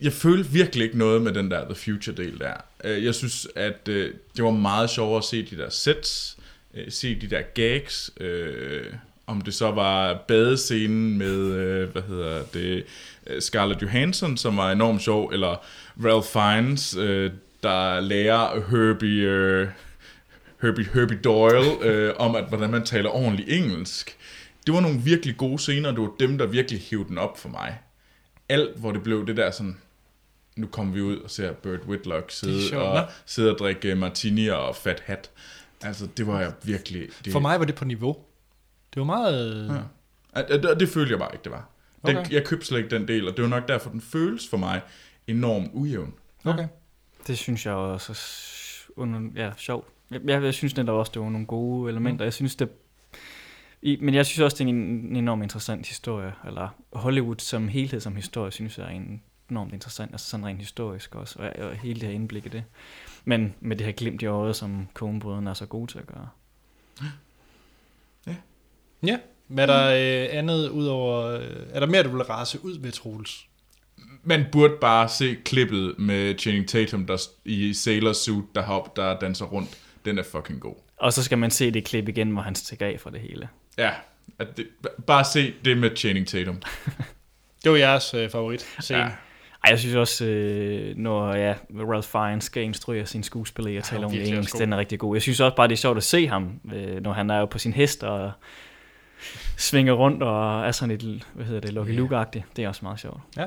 jeg følte virkelig ikke noget med den der The Future-del der. Øh, Jeg synes, at øh, det var meget sjovere at se de der sets, øh, se de der gags, øh, om det så var badescenen med, øh, hvad hedder det, øh, Scarlett Johansson, som var enormt sjov, eller Ralph Fiennes, øh, der lærer Herbie... Øh, Herbie, Herbie Doyle øh, om, at hvordan man taler ordentligt engelsk. Det var nogle virkelig gode scener, og det var dem, der virkelig hævde den op for mig. Alt, hvor det blev det der sådan, nu kommer vi ud og ser Burt Whitlock
Det er
sidde
sjovt,
og,
nå.
sidde og drikke øh, martini og fat hat. Altså, det var jeg virkelig... Det,
For mig var det på niveau. Det var meget... Ja.
At- at- at det følte jeg bare ikke, det var. Den,
Okay.
Jeg købte slet ikke den del, og det var nok derfor, den føles for mig enormt ujævn.
Okay.
Det synes jeg også er s- under, ja, sjovt. Jeg, jeg, jeg synes netop også, det var nogle gode elementer. Jeg synes, det, i, men jeg synes også, det er en, en enormt interessant historie. Eller Hollywood som helhed som historie, synes jeg er en, enormt interessant. Altså sådan rent historisk også. Og, og hele det her indblik i det. Men med det her glimt i øjet, som kogenbrødrene er så gode til at gøre.
Ja. Hvad er der øh, andet ud over... Øh, er der mere, du vil rase ud ved, Troels?
Man burde bare se klippet med Channing Tatum der, s- i sailor suit, der hop, der danser rundt. Den er fucking god.
Og så skal man se det klip igen, hvor han stikker af fra det hele.
Ja, at det, bare se det med Channing Tatum.
Det var jeres øh, favorit. Scene. Ja.
Ja.
Ej, jeg synes også, øh, når ja, Ralph Fiennes skal instruere sin skuespiller i at tale om
virkelig
engelsk,
også god.
den er rigtig god. Jeg synes også bare, det er sjovt at se ham, øh, når han er jo på sin hest og svinger rundt og er sådan lidt, hvad hedder det, Lucky Luke-agtig. Det er også meget sjovt.
ja.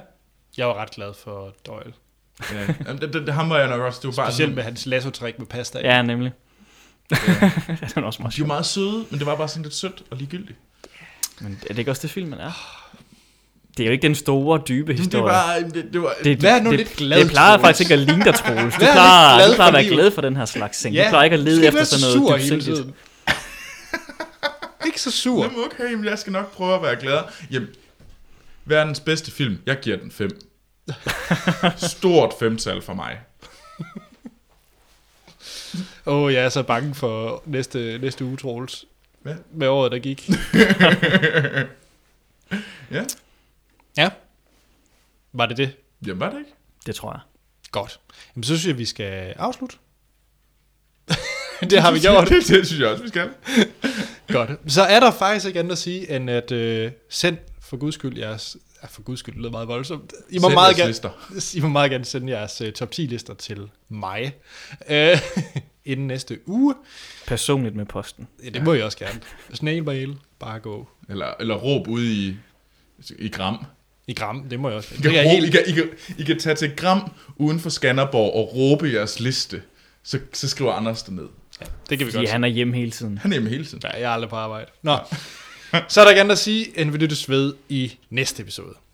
Jeg var ret glad for Doyle.
ja. Jamen, det, det, ham var jeg nok også. Det var bare
Specielt med hans lasso-trick med pasta. i.
Ja, nemlig. den er også meget
de var
sjov.
meget søde, men det var bare sådan lidt sødt og ligegyldigt.
Men er det ikke også det filmen er? Det er jo ikke den store,
Det,
dybe
det
historie.
var... Det, det var
det,
Vær nu
det,
lidt glad,
Det plejer
Troels.
faktisk ikke at ligne dig, Troels.
Vær lidt
Du plejer,
glad
du plejer at
for
være
livet.
glad for den her slags ting.
Ja.
Du plejer ikke at
Du
lede
skal ikke
efter
være så
sådan noget
sur hele
dybsindigt.
tiden. ikke så sur.
Jamen, okay, men jeg skal nok prøve at være glad. Jamen, Verdens bedste film. Jeg giver den 5. Stort femtal for mig.
Åh, oh, jeg er så bange for næste, næste uge, Troels.
Hvad?
Med året, der gik.
Ja,
ja. Var det det?
jamen var det ikke?
Det tror jeg.
Godt. Jamen, så synes jeg, vi skal afslutte. det har vi gjort.
det, det synes jeg også, vi skal.
Godt. Så er der faktisk ikke andet at sige, end at øh, send for guds skyld jeres... Ja, for guds skyld, det lyder meget voldsomt. I må,
Send
meget
jeres
gerne,
lister.
I må meget gerne sende jeres øh, top 10-lister til mig øh, inden næste uge.
Personligt med posten.
Ja, det må I også gerne. Snailmail, bare gå.
Eller, eller råb ud i, i Gram.
I gram, det må jeg også
I
gerne.
kan,
Det er
råbe, helt... I,
helt...
kan, I, kan, I kan tage til Gram uden for Skanderborg og råbe jeres liste. Så, så skriver Anders det ned.
Det kan vi
Fordi
godt
han er hjemme hele tiden.
Han er hjemme hele tiden.
Ja, jeg er aldrig på arbejde. Nå. Så er der gerne at sige, end vi lyttes ved i næste episode.